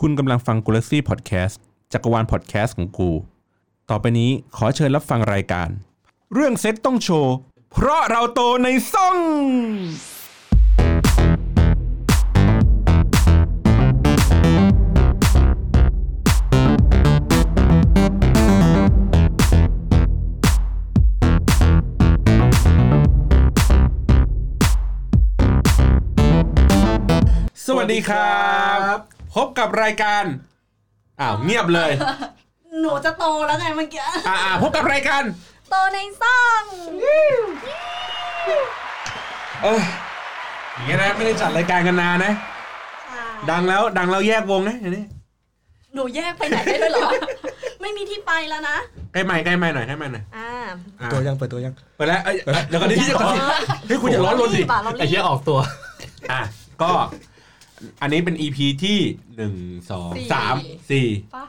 คุณกำลังฟังกูลักซี่พอดแคสต์จักรวาลพอดแคสต์ของกู ต่อไปนี้ขอเชิญรับฟังรายการ เรื่องเซ็ตต้องโชว์ เพราะเราโตในซ่อง สวัสดีครับ พบกับรายการอ้าวเงียบเลย หนูจะโตแล้วไงเมื่อกี้ อ่าอ่าพบกับรายการ โตในซ่อง เอยอย่างเงี้ยนะไม่ได้จัดรายการกันนานนะ ดังแล้วดังแล้วแยกวงนะอย่างนี้ หนูแยกไปไหนได้ด้วยเหรอ ไม่มีที่ไปแล้วนะ ใกล้ใหม่ใกล้ใหม่หน่อยใกล้ใหม่หน่อย อ่า อ่ะ ตัวยังเปิดตัวยัง ไปแล้วเอ้ยเดี๋ยวก่อนดิเดี๋ยวก่อนดิเฮ้ยคุณอย่าร้อนรนดิ เรารีบอะเรา ไอ้ รี เหี้ บ ยออกตัว อ่ะก็อันนี้เป็น EP ที่หนึ่งสอง สี่ สามสี่ ปะ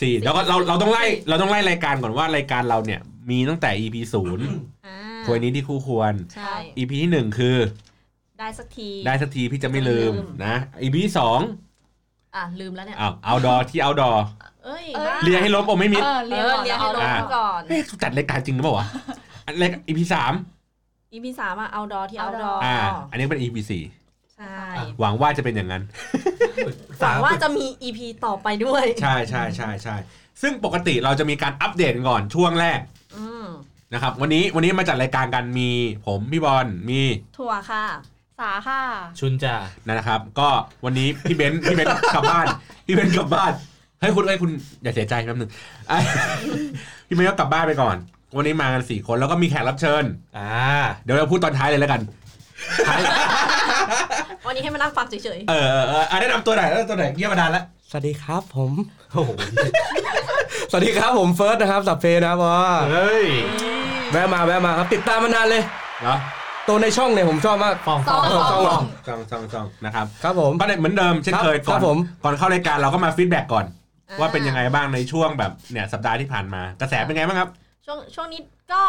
สี่แล้วก็เราเราต้องไล่เราต้องไล่รายการก่อนว่ารายการเราเนี่ยมีตั้งแต่ EP ศูนย์ อ่า ควรนี้ที่คู่ควร ใช่ EP ที่หนึ่งคือ ได้สักที ได้สักทีพี่จะไม่ลืม ลืม นะ EP ที่สอง อ่ะ ลืมแล้วเนี่ย อ้าวเอาดอที่เอาดอ เอ้ย เอ้ย บ้า เลียให้ลบโอไม่มิด เออ เอ เรียน อ ก่อน เรียน เอา ให้ล ลง บก่อน เอ๊ะจัดรายการจริงหรือเปล่าวะอันแรก EP สาม EP สามอ่ะเอาดอที่เอาดอ อ่า อันนี้เป็น EP สี่ ใช่ หวังว่าจะเป็นอย่างนั้น หวังว่าจะมี EP ต่อไปด้วย ใช่ใช่ใช่ใช่ซึ่งปกติเราจะมีการอัปเดตก่อนช่วงแรก อืม นะครับวันนี้วันนี้มาจัดรายการกันมีผมพี่บอลมี ถั่วค่ะ สาค่ะ ชุนจ่า นะครับ ก็วันนี้พี่เบนซ์พี่เบนซ์กลับบ้านพี่เบนซ์กลับบ้านเฮ้ยคุณเอ้ยคุณอย่าเสียใจแป๊บหนึง อ่ะพี่เบนซ์ก็กลับบ้านไปก่อน วันนี้มากันสี่คนแล้วก็มีแขกรับเชิญ อ่า เดี๋ยวเราพูดตอนท้ายเลยแล้วกัน วันนี้ให้มานั่งฟังเฉย เออเออเอออ่ะแนะนำตัวไหนอยแนะนำตัวไหนอยเยี่ยมมานานแล้ว สวัสดีครับผม โอ้โห สวัสดีครับผมเฟิร์สนะครับสับเพนะครับบอส เฮ้ย แวะมาแวะมาครับติดตามมานานเลย เหรอ ตัวในช่องเนี่ยผมชอบมาก ฟอง ๆสฟอ องง เออ ส ส อ อง ง สอง ซองซองซองนะครับ ครับผม ก็เหมือนเดิมเช่นเคย คก่อรับครั น บผม ก่อนเข้ารายการเราก็มาฟีดแบ็กก่อน อ่ ว่าเป็นยังไงบ้างในช่วงแบบเนี่ยสัปดาห์ที่ผ่านมา กระแสเป็นไงบ้างครับ ช่วงช่วงนี้ก็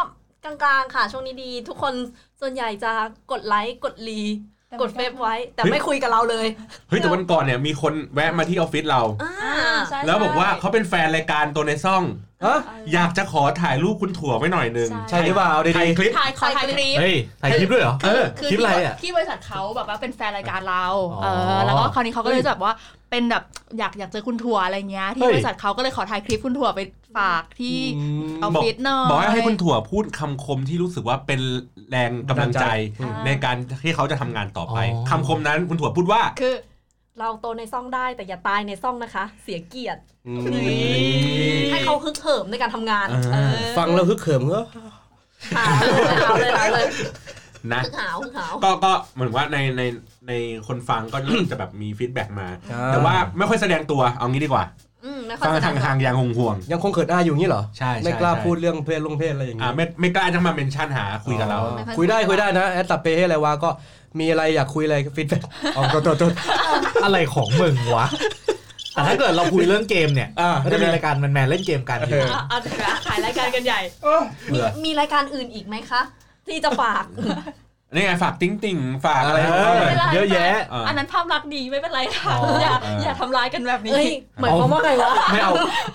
กลางๆค่ะ ช่วงนี้ดี ทุกคนส่วนใหญ่จะกดไลค์กดรี แต่ ก มันก็ ดเฟซไว้ แต่ เฮ้ย ไม่คุยกับเราเลย เฮ้ยแต่วันก่อนเนี่ยมีคนแวะมาที่ออฟฟิศเรา อ่า ใช่ แล้วบอกว่าเขาเป็นแฟนรายการตัวในซ่อง ฮะ ใช่ อยากจะขอถ่ายรูปคุณถั่วไว้หน่อยหนึง ใช่หรือเปล่าเอา ถ่า ดี ยคลิป ถ่ายขอถ่ายคลิป เฮ้ยถ่ายคลิปด้วยเหรอ เออ คื คลิปอะไร ที่ อะ ที่บริษัทเขาแบบว่าเป็นแฟนรายการเรา อ๋อ เออ แล้วก็คราวนี้เขาก็เลยจะแบบว่าเป็นแบบอยากอยากเจอคุณถั่วอะไรเงี้ย เฮ้ ที่ ย บริษัทเขาก็เลยขอถ่ายคลิปคุณถั่วไปฝากที่ อืม ออฟฟิศหน่อย บอกให้ให้คุณถั่วพูดคำคมที่รู้สึกว่าเป็นแรงกำลังใจ อืม ในการที่เขาจะทำงานต่อไป อ๋อ คำคมนั้นคุณถั่วพูดว่า คือ เราโตในซ่องได้แต่อย่าตายในซ่องนะคะ เสียเกียรติ ๆอืม นี่ ให้เขาฮึกเหิมในการทำงาน อ่า เออ ฟังแล้วฮึกเขิมก็ หาวเลยหาวเลยหาวเลย นะ ฮึกหาวฮึกหาว ก็ก็เหมือนว่าในในในคนฟังก็เริ่มจะแบบมีฟีดแบ็กมา แต่ว่าไม่ค่อยแสดงตัวเอางี้ดีกว่า อืมไม่ค่อย ฟัง จะ ทาง ดั ทางๆอย่างห่วง ยังคงเขินอายอยู่งี้เหรอ ๆใช่ใช่ ไม่กล้า ใช่ พูดเรื่องเพศลงเพศอะไรอย่าง อ่า เงี้ย ไม่ไม่กล้าจะมาเมนชั่นหาคุยกับเรา อ๋อคุยได้คุยได้นะแอดสับเพให้อะไรวะก็มีอะไรอยากคุยอะไรฟีดแบ็กอ๋อตัวตัวตัว อะไรของมึงวะแต่ถ้าเกิดเราคุยเรื่องเกมเนี่ย อ่า ก็จะมีรายการแมนๆเล่นเกมกันอยู่ อ่ะเอาเถอะนะขายรายการกันใหญ่ มี เบื่อ มีรายการอื่นอีกไหมคะ ที่จะฝาก นี่ไงฝากติ้งติ่งฝากอะไร เออ ไม่เป็นไร เยอะแยะ เอออั อันนั้นภาพลักษณ์ดีไม่เป็นไรค่ะ อ๋ออ อย่า เอออ อย่าทำร้ายกันแบบนี้ เอ้ยหมายความว่าไงวะ ไม่เอา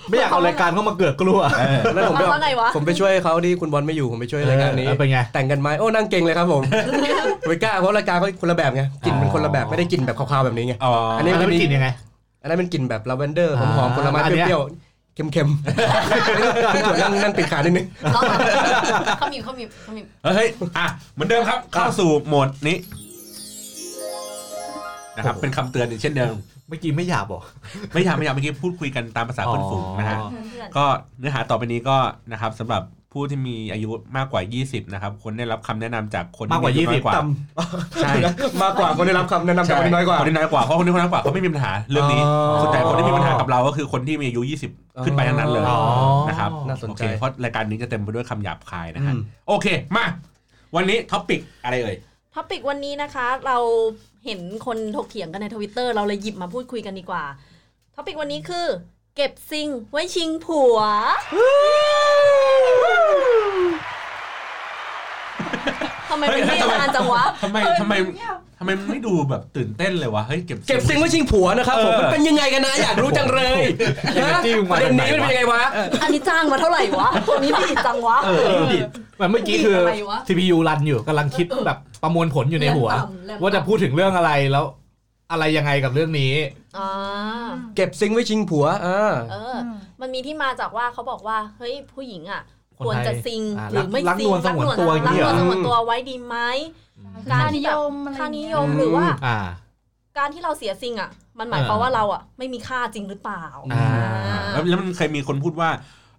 ไม่อยากเอารายการเข้ามาเกือกกลัว เออ แล้ว ห ผม มายความไปว่าไงวะ ผมไปช่วยเขาที่คุณบอลไม่อยู่ผมไปช่วยรายการนี้ เออเป็นไง แต่งกันไหมโอ้นั่งเก่งเลยครับผม ไม่กล้าเพราะรายการเขาคนละแบบไงกลิ่นเป็นคนละแบบ อ๋อ ไม่ได้กลิ่นแบบคาวๆแบบนี้ไง อ๋ออั อั น น นี้ นี้มัน อันนี้ เป็นกลิ่นยังไง อันนั้นเป็นกลิ่นแบบลาเวนเดอร์ห อ่า อมๆผลไม้ อัน เป เนี้ย รี้ยวๆเค็มๆคุณถั่วนั่งนั่งปิดขานิดนึง เขาเขามีเขามีเขามี เฮ้ยอ่ะเหมือนเดิมครับเข้าสู่โหมดนี้นะครับเป็นคำเตือนอีกเช่นเดิม เมื่อกี้ไม่หยาบบอก ไม่อยากไม่อยากเมื่อกี้พูดคุยกันตามภาษาเพื่อนฝูงนะฮะ เพื่อน ก็เนื้อหาต่อไปนี้ก็นะครับสำหรับผู้ที่มีอายุมากกว่า 20 นะครับควรได้รับคำแนะนำจากคน มากกว่า ที่อ 20 น้ ต่ อใช่ มากกว่าคนได้รับคำแนะนำจากคนน้อยกว่า คนที่น้อยกว่าเพราะคนที่น้อยกว่าเขาไม่มีปัญหาเรื่องนี้ อ๋อ ส่วนใหญ่คนที่มีปัญหากับเราก็คือคนที่มีอายุ 20 ขึ้นไปทั้งนั้นเลย ำอ๋อ นะครับ น่าสนโอใจเคเพราะรายการนี้จะเต็มไปด้วยคำหยาบคายนะฮะ อืม โอเค มา วันนี้ท็อปิกอะไรเอ่ย ท็อปิกวันนี้นะคะ เราเห็นคนถกเถียงกันในทวิตเตอร์เราเลยหยิบมาพูดคุยกันดีกว่าท็อปิกวันนี้คือ เก็บซิงไว้ชิงผัว เ ทำไมเป็นที่นานจังวะ ทำไมทำไมทำไมมันไม่ดูแบบตื่นเต้นเลยวะเฮ้ยเก็บ เก็บซิงไว้ชิงผัวนะครับผม เออ มันเป็นยังไงกันนะอยากรู้จังเลย เออ ฮะ จิ้ม ป มา ระเด็นนี้มันเป็จากไหนวะนยังไงวะ อันนี้จ้างมาเท่าไหร่วะคนนี้ดีจังวะ เออดิแบบเมื่อกี้คือ อะไรวะ CPU รันอยู่กำลังคิดแบบประมวลผลอยู่ในหัว แล็ปต่ำแล็ปต่ำ ว่าจะพูดถึงเรื่องอะไรแล้ว อะไรยังไงกับเรื่องนี้ อ่า เก็บซิงไว้ชิงผัวอ่า เออ มันมีที่มาจากว่าเขาบอกว่าเฮ้ยผู้หญิงอ่ะ คน ควร ไทย จะซิง อ่า หรือไม่ รัก ซิ น ง วลสงวนตัวอย่าง รั นี้ ก เห นวรอ ลสงวนตัวไว้ดีไหม ค่านิยมอะไรอย่งเงี้ย ค่านิยมหรือว่า อ่า การที่เราเสียซิงอ่ะ มันหมายความว่าเราอ่ะไม่มีค่าจริงหรือเปล่า อ่า แล้วแล้วมันเคยมีคนพูดว่า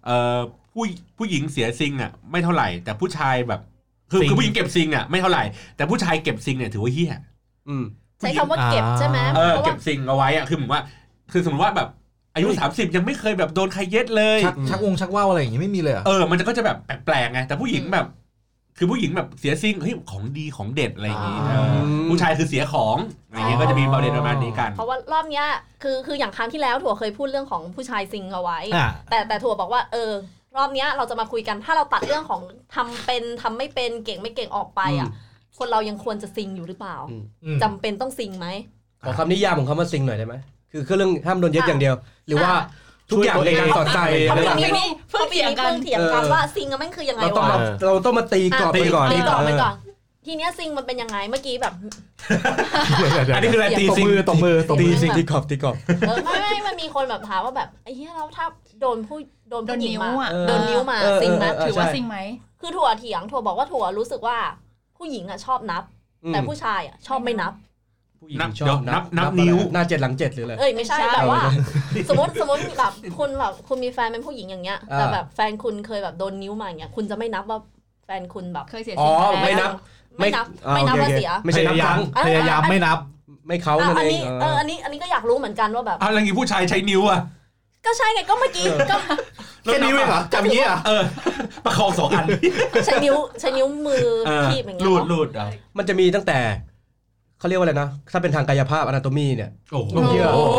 เอ่อผู้ผู้หญิงเสียซิงอ่ะไม่เท่าไหร่ แต่ผู้ชายแบบคือ ซิง คือผู้หญิงเก็บซิงอ่ะไม่เท่าไหร่แต่ผู้ชายเก็บซิงเนี่ยถือว่าเฮี้ย อืม ใช้คำว่าเก็บใช่ไหม เออ เพราะ เก็ ว่า บซิงเอาไว้อ่ะคือเหมือนว่า คือสมมติว่าแบบอายุ 30 ยังไม่เคยแบบโดนใครเย็ดเลย ชักชักวงชักว่าวอะไรอย่างงี้ไม่มีเลยเหรอ เออ มันก็จะแบบแปลกๆไงแต่ผู้หญิงแบบ คือผู้หญิงแบบเสียซิงเฮ้ยของดีของเด็ดอะไรอย่างงี้ อ่า เออผู้ชายคือเสียของอะไรอย่างเงี้ยก็จะมีประเด็นประมาณนี้กัน เพราะว่ารอบเนี้ยคือคืออย่างครั้งที่แล้วถั่วเคยพูดเรื่องของผู้ชายซิงเอาไว้ อ่า แต่แต่ถั่วบอกว่าเออ รอบเนี้ยเราจะมาคุยกันถ้าเราตัดเรื่องของทำเป็นทำไม่เป็นเก่งไม่เก่งออกไปอ่ะ คนเรายังควรจะซิงอยู่หรือเปล่า อืม จำเป็นต้องซิงไหม ขอคำนิยามของคำว่าซิงหน่อยได้ไหมคือเครื่องห้ามโดนยึดอย่างเดียว หรือว่าทุกอย่าง ช่วยตัในวเอง การสอดใจ เพราะ หรือ ปี ว่า นี้ เพิ่ เพิ่ง งเถียงเถียงกั กัน น เพิ่งเถียงกันว่าซิงอะแมันคือยังไง เราต้อง วะ มาเราต้องมาตีกรอบไปก่อน ตีกรอบไปก่อน เ ทีเนี้ยซิงมันเป็นยังไงเมื่อกี้แบบ อันนี้คืออะไรตี ตบ ซิง มือตบมือตบ ตี มือ ซิงตีกรอบตีกรอบ เออไม่ไม่มันมีคนแบบถามว่าแบบไอ้เหี้ยเราถ้าโดนผู้โดน โด ผู้ น หญิง นิ้ว มา อ่ะ เออ โดนนิ้วมา เออ ซิงไหม เเ ถือว่า ใช่ สิ่งไหม คือถั่วเถียงถั่วบอกว่าถั่วรู้สึกว่าผู้หญิงอะชอบนับ อืม แต่ผู้ชายอะชอบไม่นับ ผู้หญิง นับ ชอบ นับนับนิ้ว อะไรหน้าเจ็ดหลังเจ็ดหรืออะไร เอ้ยไม่ใช่ ไม่ใช่ แบบว่า สมมติสมมติแบบคุณแบบคุณมีแฟนเป็นผู้หญิงอย่างเงี้ย อ่า แต่แบบแฟนคุณเคยแบบโดนนิ้วมาอย่างเงี้ยคุณจะไม่นับว่าแฟนคุณแบบ เคยเสีย อ๋ สิ่ อ ง ไม่นับ ไม่นับ อ่ ไม่นับ โอ ว่า ค เสีย ไม่ใช่นับครั้ง พยายามพยายามไม่นับ ไม่เขา อ่ะ นั่น อันนี้เอเองเอ อ อ อันนี้อันนี้ก็อยากรู้เหมือนกันว่าแบบ อะไรอย่างงี้ผู้ชายใช้นิ้วอ่ะ ก็ใช่ไงก็เมื่อกี้ก็ แค่นี้เองเหรอจำอย่างงี้เหรอ่ะ เออ ประคองสองอัน ใช้นิ้วใช้นิ้วมือ เออ คีบอย่างเงี้ย รูด เนอะ รูดเอา มันจะมีตั้งแต่เขาเรียกว่าอะไรนะ ถ้าเป็นทางกายภาพอนาโตมีเนี่ย โอ้โห เยอะ โอ้โห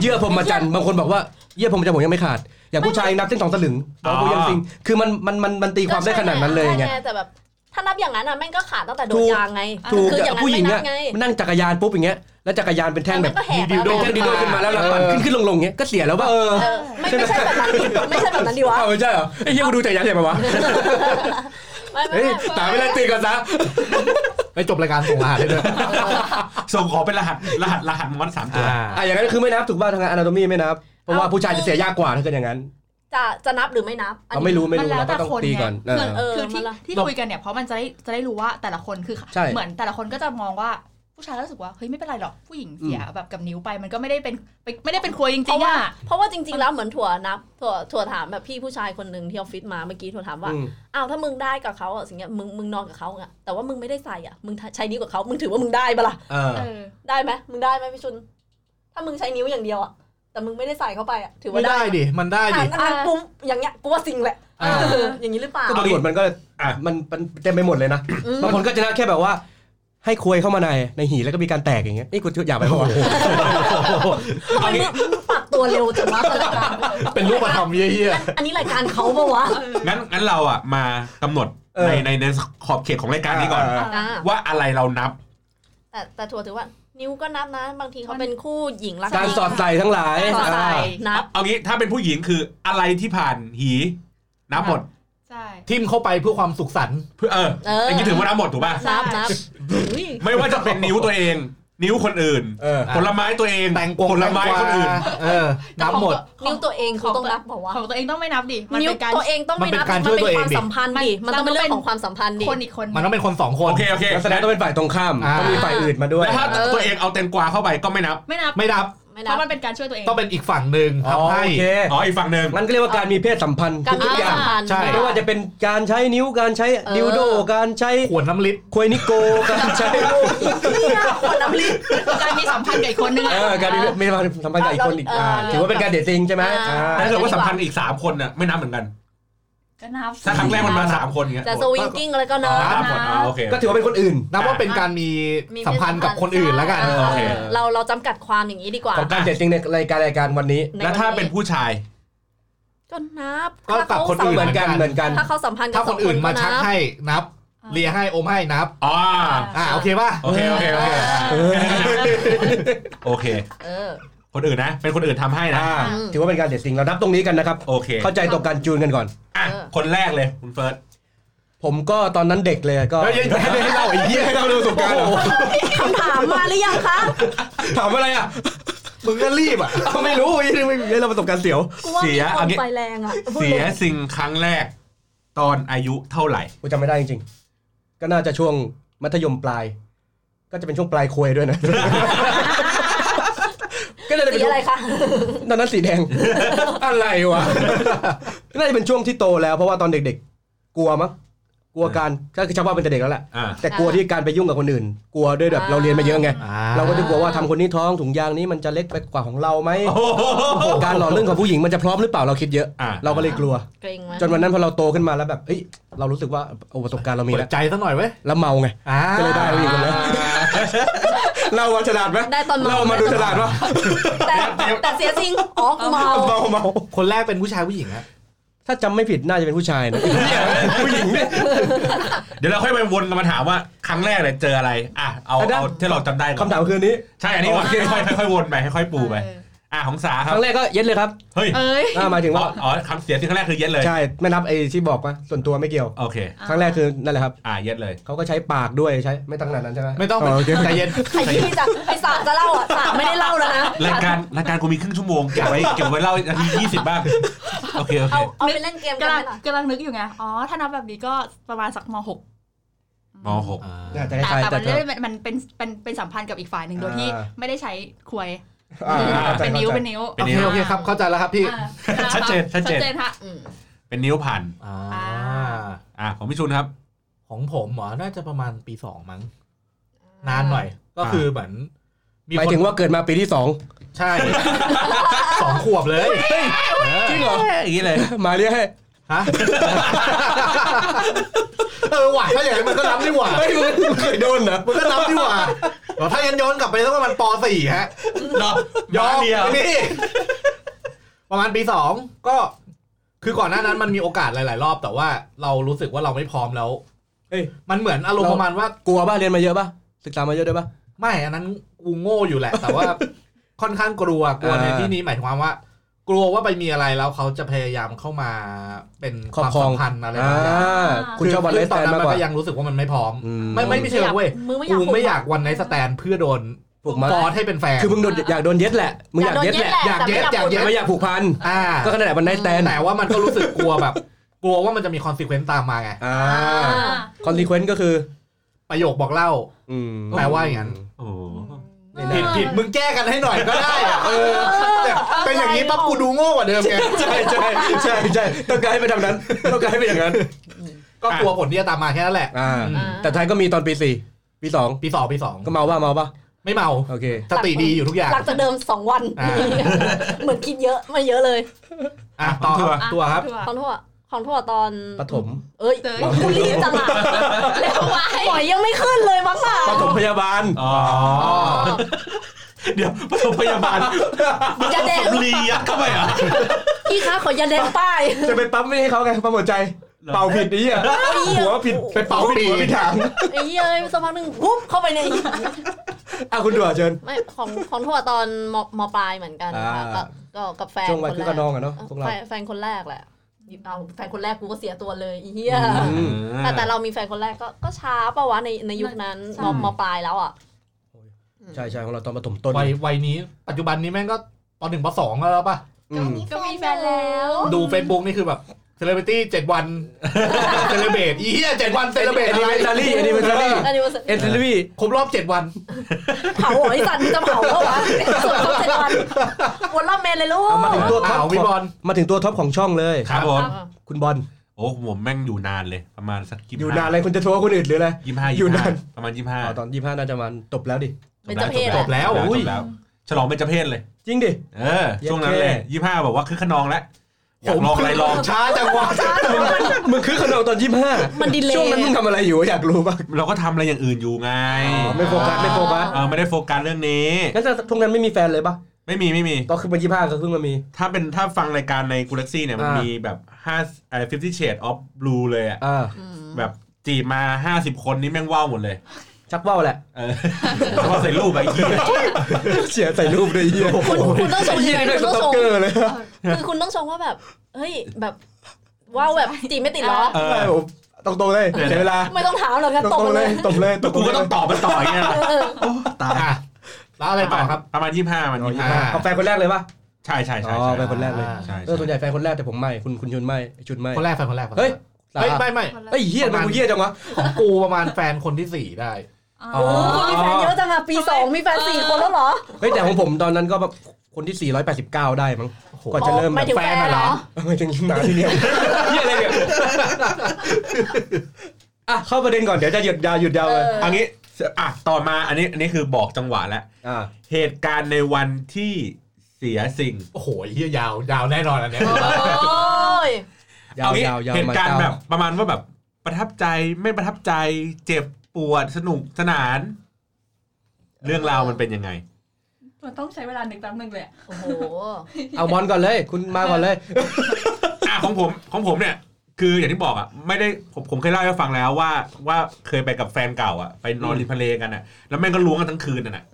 เยื่อพรหมจันทรย์บางคนบอกว่าเยื่อพรหมจันทรย์ผมยังไม่ขาด อย่างผู้ชายนับเส้นสองสลึง อ๋อ เรายังซิงคือมันมันมันมันตีความได้ขนาดนั้นเลยไง ใช่แต่แบบถ้านับอย่างนั้นอ่ะแม่งก็ขาดตั้งแต่โด ถู น ก ยางไง ถูก คืออย่างนั้น ผู้หญิ ไม่ ง นับเนี่ย ไง มันนั่งจักรยานปุ๊บอย่างเงี้ยแล้วจักรยานเป็นแท่งแบ มั บ นก็แหก มีดิวโด้ เป็น ไป แท่งดิโดขึ้นมาแล้วเราปั่นขึ้นขึ้นลงลงเงี้ยก็เสียแล้วว่าเออ เออไม่ไม่ใช่แบบนั้นไม่ใช่แบบนั้นดิวะ เอาไม่ใช่เหรอไอ้เหี้ยกูดูจักรยานเสียมาวะ ไม่ไม่ เฮ้ย ไม่ ตามไปเลยตีก่อนซะ ไปจบรายการส่งรหัสได้ด้วย ส่งขอเป็นรหัสรหัสรหัสมอนสามตัว อ่ะอย่างนั้นคือไม่นับถูกป่ะทางอนาโตมีไม่นับเพราะว่าผู้ชายจะเสียยากกว่าถ้าเกิดอย่างนั้น จะจะนับหรือไม่นับอัน เรา นี้ ไม่รู้ไม่รู้ มั เราก็นแล้วแต่ ต้อง คน ตี ไง ก่อนเออ คือเออ เออ คือที่ มันละ ที่คุยกันเนี่ยเพราะมันจะได้จะได้รู้ว่าแต่ละคนคือ ใช่ เหมือนแต่ละคนก็จะมองว่าผู้ชายก็รู้สึกว่าเฮ้ยไม่เป็นไรหรอกผู้หญิงเสียแบบกับนิ้วไปมันก็ไม่ได้เป็นไปไม่ได้เป็นครัวจ เพ ริ ราะ งๆ ว่า อ่ะ เพราะว่าจริงๆแล้วเหมือนถั่วนับถั่วถั่วถามแบบพี่ผู้ชายคนหนึ่งที่ออฟฟิศมาเมื่อกี้ถั่วถามว่า อืม อ้าวถ้ามึงได้กับเขาอ่ะสิ่งเงี้ยมึงมึงนอนกับเขาอ่ะแต่ว่ามึงไม่ได้ใส่อ่ะมึงใช้นิ้วกับเขามึงถือว่ามึงได้ปะล่ะ เออ เออ ได้ไหมมึงได้ไหมพี่ชุน ถ้ามึงใช้นิ้วอย่างเดียวอ่ะแต่มึงไม่ได้ใส่เข้าไปอ่ะถือว่า ไม่ ได้ ได้ดิมันได้ดิ อ่ะงั้นกูอย่างเงี้ยกูว่าสิ่งแหละ อ่า เอออย่างนี้หรือเปล่า ก็บางคนมันก็ อ่ะ มันมันเต็มไปหมดเลยนะ อืม บางคนก็จะได้แค่แบบว่า ให้ควยเข้ามาในในหีแล้วก็มีการแตกอย่างเงี้ยนี่คุณอยากไปเพราะว่า ทำไมมึงมึงปรับตัวเร็วจังวะรายการ เป็นรูปธรรมเยี่ย อันอันนี้รายการเขาปะวะ งั้นงั้นเราอ่ะมากำหนดในในในขอบเขตของรายการนี้ก่อน อ่า ว่าอะไรเรานับ แต่แต่ถั่วถือว่านิ้วก็นับนะ บางทีเขาเป็นคู่หญิงรัก การสอด หญิง ใส่ทั้งหลาย การสอดใส่ อ่า นับ เอางี้ถ้าเป็นผู้หญิงคืออะไรที่ผ่านหี นับหมด ใช่ ๆทิมเข้าไปเพื่อความสุขสันต์ เพื่อเออ เอออ อย่างนี้ถือว่านับหมดถูกป่ะ นับนับอุ๊ย ไม่ว่าจะเป็นนิ้วตัวเอง นิ้วคนอื่น เออ อ่ะ ผลไม้ตัวเอง แตงกวง ผลไม้ แตงควกาน อื่น เออนับหมด ข นิ้วตัวเองเขาต้องนับบอกว่า ของตัวเองต้องไม่นับดิมัน นิ้ว เป็นการ ตัวเองต้องไม่นับ มันเป็นการช่วยตัวเอง มัน ดิ เป็นความสัมพันธ์ดิ มัน มันต้องเป็นเรื่องของความสัมพันธ์ดิ คนอีกคน มันต้องเป็นคนสองคน โอเคโอเค แล้วแสดงต้องเป็นฝ่ายตรงข้าม อ่า ต้องมีฝ่ายอื่นมาด้วย แล้วถ้า เออ ตัวเองเอาแตงกวาเข้าไปก็ไม่นับ ไม่นับ ไม่นับ ไม่ เพ นับ ราะมันเป็นการช่วยตัวเอง ต้องเป็นอีกฝั่งหนึ่ง อ๋อ ทำให้ โอเค อ๋ออีกฝั่งหนึ่ง งั้นก็เรียกว่าการมีเพศสัมพันธ์ การมี ทุก เพ ๆศอย่าง สัมพันธ์ ใช่ ไม่ว่าจะเป็นการใช้นิ้วการใช้ เออ ดิวโดการใช้ ขวดน้ำลิตร ควยนิโกการใช้ เนี่ยคนน้ำลิ้น การมีสัมพันธ์กับอีกคนนึง เอ อะ อการมีมีความสัมพันธ์กับอีกคนอีกอ่า เออ ถือว่าเป็นการเดทติ้งใช่ไหม อ่า ถ้า อ่า เกิดว่าสัมพันธ์อีกสามคนน่ะไม่นับเหมือนกัน ก็นับ ถ้าครั้งแรกมันมาสามคนเงี้ย แต่สวิงกิ้งอะไรก็ อ๋อ เนาะ สามคนอ๋อโอเค ก็ถือว่าเป็นคนอื่น นับว่าเป็นการมี มี สัมพันธ์กับคนอื่นแล้วกัน เอ โอเค อเราเราจำกัดความอย่างนี้ดีกว่า ของการเดทติ้งในรายการรายการวันนี้ ใน แล้วถ้าเป็นผู้ชาย ก็นับ ก็กับคนอื่ เหมือนกันเหมือนกัน ถ้าเขาสัมพันธ์กับ ถ้าคนอื่นมาชัก บ ให้นับ เลียให้อมให้นับ อ๋อ อ่าโอเคป่ะ โอเคโอเคโอ เคโอเค เออ คนอื่นนะ เป็นคนอื่นทำให้นะ อ่า อืม ถือว่าเป็นการเดทซิงเรานับตรงนี้กันนะครับ โอเค เข้าใจตรงกันจูนกันก่อน อ่ะ เออ คนแรกเลยคุณเฟิร์ส ผมก็ตอนนั้นเด็กเลยก็ เฮ้ยเฮ้ย ให้เล่าไอ้เหี้ยให้เล่าเรื่องประสบการณ์เหรอ คำถามมาหรือยังคะ ถามอะไรอ่ะ มึงก็รีบอ่ะ เอาไม่รู้ไอ้เรื่องไม่เราประสบการณ์เสียว กูว่า เสี มี ย ค เอา น งี้ ไฟแรงอ่ะพูด เสีย ล สิ่งครั้งแรก ตอนอายุเท่าไหร่ กูจำไม่ได้จริงๆ ก็น่าจะช่วงมัธยมปลาย ก็จะเป็นช่วงปลายควยด้วยนะ ก็น่าจะเป็น สี ช่ว อะ ง ไรคะ ตอนนั้นสีแดง อะไรวะ น่าจะเป็นช่วงที่โตแล้วเพราะว่าตอนเด็กๆ กลัวมั้ง กลัวการก็คือชาวบ้านเป็นแต่เด็กแล้วแหละ อ่า แต่กลัวที่การไปยุ่งกับคนอื่น กลัวด้วยแบบเราเรียนมาเยอะไง อ่า เราก็จะกลัวว่าทำคนนี้ท้องถุงยางนี้มันจะเล็กไปกว่าของเราไหม โอ้โห การหล่อเรื่องของผู้หญิงมันจะพร้อมหรือเปล่าเราคิดเยอะ อ่า เราก็เลยกลัว เกรงไหม จนวันนั้นพอเราโตขึ้นมาแล้วแบบเอ้ย เรารู้สึกว่าโอ้ประสบการณ์เรามี เปิ แล้ ด ว ใจซะหน่อยเว้ย แล้วเมาไง อ่า ก็เลยได้ผู้หญิงคนนั้น เราฉลาดไหม ได้ตอน เรามาดูฉลาดวะ แต่แต่เสียจริง อ๋อกูเมา เมาเมา คนแรกเป็นผู้ชายผู้หญิงอะ ถ้าจำไม่ผิดน่าจะเป็นผู้ชายนะผู้หญิงเนี่ย เดี๋ยวเราค่อยไปวนกันมาถามว่าครั้งแรกเนี่ยเจออะไร อ่ะ เอา อ่ะได้ เอาที่เราจำได้ก่อน คำถามคืนนี้ ใช่ อันนี้ก่อน โอเค ค่อยๆค่อยๆวนไปค่อยๆปูไป เออ อ่ะของสา ค ครับ รั้งแรกก็เย็ดเลยครับ เฮ้ย เอ้ย อ่าหมายถึง อ๋อ ว่า อ๋อครั้งเสียสิ่งครั้งแรกคือเย็ดเลย ใช่ไม่นับไอ้ที่บอกว่าส่วนตัวไม่เกี่ยว โอเค ครั้งแรกคือนั่นแหละครับ อ่ะเย็ดเลย เขาก็ใช้ปากด้วยใช้ไม่ตั้งขนาดนั้นใช่ไหม ไม่ต้อง โอเค ใจเย็น ใครที่จะไอ้สามจะเล่าอ่ะสามไม่ได้เล่าแล้วนะ รายการรายการกูมีครึ่งชั่วโมงเก็บไว้เก็บไว้เล่านาทียี่สิบบ้าง โอเคโอเค เอาเอาไปเล่นเกมกั กำลั น งกำลังนึกอยู่ไง อ๋อ ถ้านับแบบนี้ก็ประมาณสักมหก มหก อ่า น่าจะคล้ายๆแต่แต่ แต่จะมันไม่ได้มันมันเป็นเป็นเป็นสัมพันธ์กับอีกฝ่ายหนึ่งโดยที่ อ่า ไม่ได้ใช้ควย อ่าข้าใจ เป็นนิ้ว ข้าใจ เป็นนิ้ว เป็ โอน เค นิ้ว โอเคครับเข้าใจแล้วครับพี่ อ่า ชัดเจนชัดเจน ค่ะ อืม เป็นนิ้วผ่าน อ่า อ่า อ่ะของพี่ชุนครับ ของผมเหรอน่าจะประมาณปีสองมั้งนานหน่อย ก็คือเหมือน หมาย คน ถึงว่าเกิดมาปีที่สอง ใช่ สองขวบเลยเออ จริงเหรอ อย่างนี้เลย มาเรียกให้ ฮะเออว่ะถ้าอย่างนั้นมันก็รับนี่หว่า เฮ้ยมึงเคยโดนเหรอ มันก็นับดีก ว่าเดี๋ยวถ้ายันย้อนกลับไปตั้งประมาณป .4 ฮะ รอบ ย้อน เดียว นี่ ประมาณปีสองก็ คือก่อนหน้านั้นมันมีโอกาสหลาย ๆ รอบ แต่ว่าเรารู้สึกว่าเราไม่พร้อมแล้ว เอ้ย มันเหมือนอารมณ์ประมาณว่าก ลัวป่ะเรียนมาเยอะป่ะศึกษามาเยอะด้วยป่ะ ไม่อันนั้นกูโง่อยู่แหละ แต่ว่า ค่อนข้างกลัวกลัวใน อ่า ที่นี้หมายความว่า กลัวว่าไปมีอะไรแล้วเขาจะพยายามเข้ามาเป็นคครอบ วาม ครอง สัมพันธ์อะไร อ่า บางอย่าง คุณชอบบอลเล คื สแต ตอน น นั้น มาก มัน กว่า ก็ยังรู้สึกว่ามันไม่พร้อม อื ไม่ไม่ไม่เชิงเว้ย มึงไม่อยาก กูไม่อยากวันในสแตนเพื่อโดน ผูกมัด ฟอร์สให้เป็นแฟน คือมึงโดนอยากโดนเย็ดแหละมึงอยากเย็ดแหละ อยากเย็ด แต่ไม่ อยากเย็ แต่ไม่อยากผูกพัน อ่า ก็ขนาดบันไดแตน แต่ว่ามันก็รู้สึกกลัวแบบ กลัวว่ามันจะมีคอนซ e เควนต์ตามมาไง อ่า อ่า คอนซีเควนต์ก็คือ ประโยคบอกเล่า อืม แปลว่าอย่างนั้น โอ้โห ผิดผิดมึงแก้กันให้หน่อยก็ได้อะเออแต่เป็นอย่างนี้ปั๊บกูดูโง่กว่าเดิมไง ใช่ใช่ใช่ใช่ต้องการให้เป็นแบบนั้นต้องการให้เป็นอย่างนั้น ก็กลัวผลที่จะตามมาแค่นั้นแหละ อ่า อืม แต่ท้ายก็มีตอนปีสี่ปีสอง ปีสองปีสอง ก็เมาป่ะเมาป่ะ ไม่เมา โอเค สติดีอยู่ทุกอย่าง หลังจากเดิมสองวัน อ่า เหมือนคิดเยอะมาเยอะเลย อ่ะต่อครับ อ่ะ ตัวครับขอตัวงทั่วของทั่วตอน ปฐม เอ้ย เตย คุณรีบจัง อะเร็วไว้หอยยังไม่ขึ้นเลยมั้งค่ะ ปฐมพยาบาล อ๋อ เดี๋ยวปฐมพยาบาล ยาแดง สำลียัดเข้าไปเหรอ่ะ พี่คะขอยาแดงป้าย จะไปปั๊มไม่ให้เขาไงปั๊มหัวใจ เป่าผิดไอ้เหี้ย หัวผิด ไปเป่าปี หัวผิดทาง ไอ้เหี้ยเอ้ยสักพักหนึ่ง ปุ๊บเข้าไปใน อ่ะคุณด่วนเชิญ ไม่ของของทั่วตอนมมปลายเหมือนกันค่ะ อ่า กับก็กับแฟน ช่วงวัย ค คื น อ แร กระ ก นองอะเนาะพวกเรา แฟนแฟนคนแรกแหละเอาแฟนคนแรกกูก็เสียตัวเลยไอีเหี้ย อืม แต่แต่เรามีแฟนคนแรกก็ก็ช้าปะวะในในยุคนั้นมมปลายแล้วอ่ะ ใช่ใช่ของเราตอนปฐมต้น วัยวัยนี้ ปัจจุบันนี้แม่งก็ปหนึ่งปสองแล้วป่ะ อืม ก็มีแฟนแล้ว ดูเฟซบุ๊กนี่คือแบบเซเลบริตี้เจ็ดวัน เซเลเบตอีเหี้ยเจ็ดวันเซเลเบตอะไร ซารี่อันนี้เป็นซารี่ อันนี้ว่า เอ็นซารี่ ครบรอบเจ็ดวัน เผาไอ้สัตว์มึงจะเผาแล้ววะส่วนเขาเจ็ดวันวนรอบเมนเลยลูก เอามาถึงตัวท็อป อ้าวพี่บอล มาถึงตัวท็อปของช่องเลย ครับผม คุณบอล โอ้ผมแม่งอยู่นานเลยประมาณสักยี่ อ สิ ยู่ บ นา ห้าน อะไรคุณจะโทรคนอื่นหรืออะไร ยี่สิบห้า อยู่นาน ประมาณยี่สิบห้า อ๋อตอนยี่ห้าน่าจะมันจบแล้วดิ เป็นเจ้าเพศ จ แหละ บแล้ว จบ อุ้ย แล้ว ฉลองเป็นเจ้าเพศเลย จริงดิ เออ ช่วงนั้นเลยยี่สิบห้าบอกว่าคือขนองแล้วอยากลองอะไรลอง ช้าจังวะ มึงคือขนมตอนยี่ห้า มันดีเลย์ ช่วงนั้นมึงทำอะไรอยู่อยากรู้ป่ะ เราก็ทำอะไรอย่างอื่นอยู่ไง อ๋อไม่โฟกัสไม่โฟกัส เออไม่ได้โฟกัสเรื่องนี้ งั้นแต่ช่วงนั้นไม่มีแฟนเลยป่ะ ไม่มีไม่มี ตอนขึ้นมายี่ห้าก็เพิ่งมามี ถ้าเป็นถ้าฟังรายการในกูเล็กซี่เนี่ยมัน อ่ามี มีแบบ5เอ่อ50 shade of blue เลยอะ อ่า อืม แบบ จีบมาห้าสิบคนนี้แม่งว่าวหมดเลย ชักว่าวแหละ เอ อเพราะใส่รูปไอ้เหี้ย เสียใส่รูปเลยเฮีย คุณคุณต้องชม เฮีย ยังไง ได้ คุณ ส ต้องชต็อก ม เกอร์เลย คือคุณต้องชมว่าแบบ เฮ้ยแบบว้าวแบบจีบไม่ติดเหรอ เออ ใช่ผมตรงๆเลย เดี๋ยว เสียเวลา ไม่ต้องถามหรอกครับ ต ต ร ก งๆ เล เลย ย ตบเลย แล้วกูก็ต้องตอบมันต่ออย่างเงี้ย เออ ตาย อ่ะแล้วอะไรต่อครับ ประมาณยี่ห้ามันยี่ อ่า ห้า เอาแฟนคนแรกเลยปะ ใช่ใช่ อ๋ ใช่ อ ใช่ แฟนคนแรกเลย ใช่ใช่ เออส่วนใหญ่แฟนคนแรกแต่ผมไม่คุณคุณชุนไม่ไอ้ชุนไม่ คนแรกแฟนคนแรกคนแรก เฮ้ย เฮ้ยไม่ไม่ ไอ้ยเฮียทำไมันกูเฮียจังวะ ของกูประมาณแฟนคนที่สี่ได้ อ๋อ โอ้โหมีแฟนเยอะจังอะปีสองมีแฟนสี่คนแล้วเหรอ เฮ้ยแต่ของผมตอนนั้นก็แบบคนที่ 489 ได้มั้ง โอ้โห ก่อนจะเริ่ม หมายถึงแฟนเหรอ ไม่ถึงหนาทีเดียว เฮียอะไรเนี่ยอ่ะเข้าประเด็นก่อนเดี๋ยวจะหยุดยาวหยุดยาวเลย เออ อันนี้อ่ะต่อมาอันนี้อันนี้คือบอกจังหวะแล้ว อ่า เหตุการณ์ในวันที่เสียสิ่ง โอ้โหเฮียยาวยาวแน่นอนอันเนี้ย โอ้ย ยาว เองี้ ยาวยาว เหตุการณ์ ม แบบประมาณว่าแบบประทับใจไม่ประทับใจเจ็บปวดสนุกสนาน เรื่องราวมันเป็นยังไง มันต้องใช้เวลาหนึ่งแป๊บนึงเลยอะ โอ้โห เอาบอลก่อนเลย คุณมาก่อนเลย อ่ะของผมของผมเนี่ย คืออย่างที่บอกอ่ะไม่ได้ผมผมเคยเล่าให้ฟังแล้วว่าว่าเคยไปกับแฟนเก่าอ่ะไปนอนริมทะเลกันอ่ะ แล้วแม่งก็ล้วงกันทั้งคืนน่ะนะ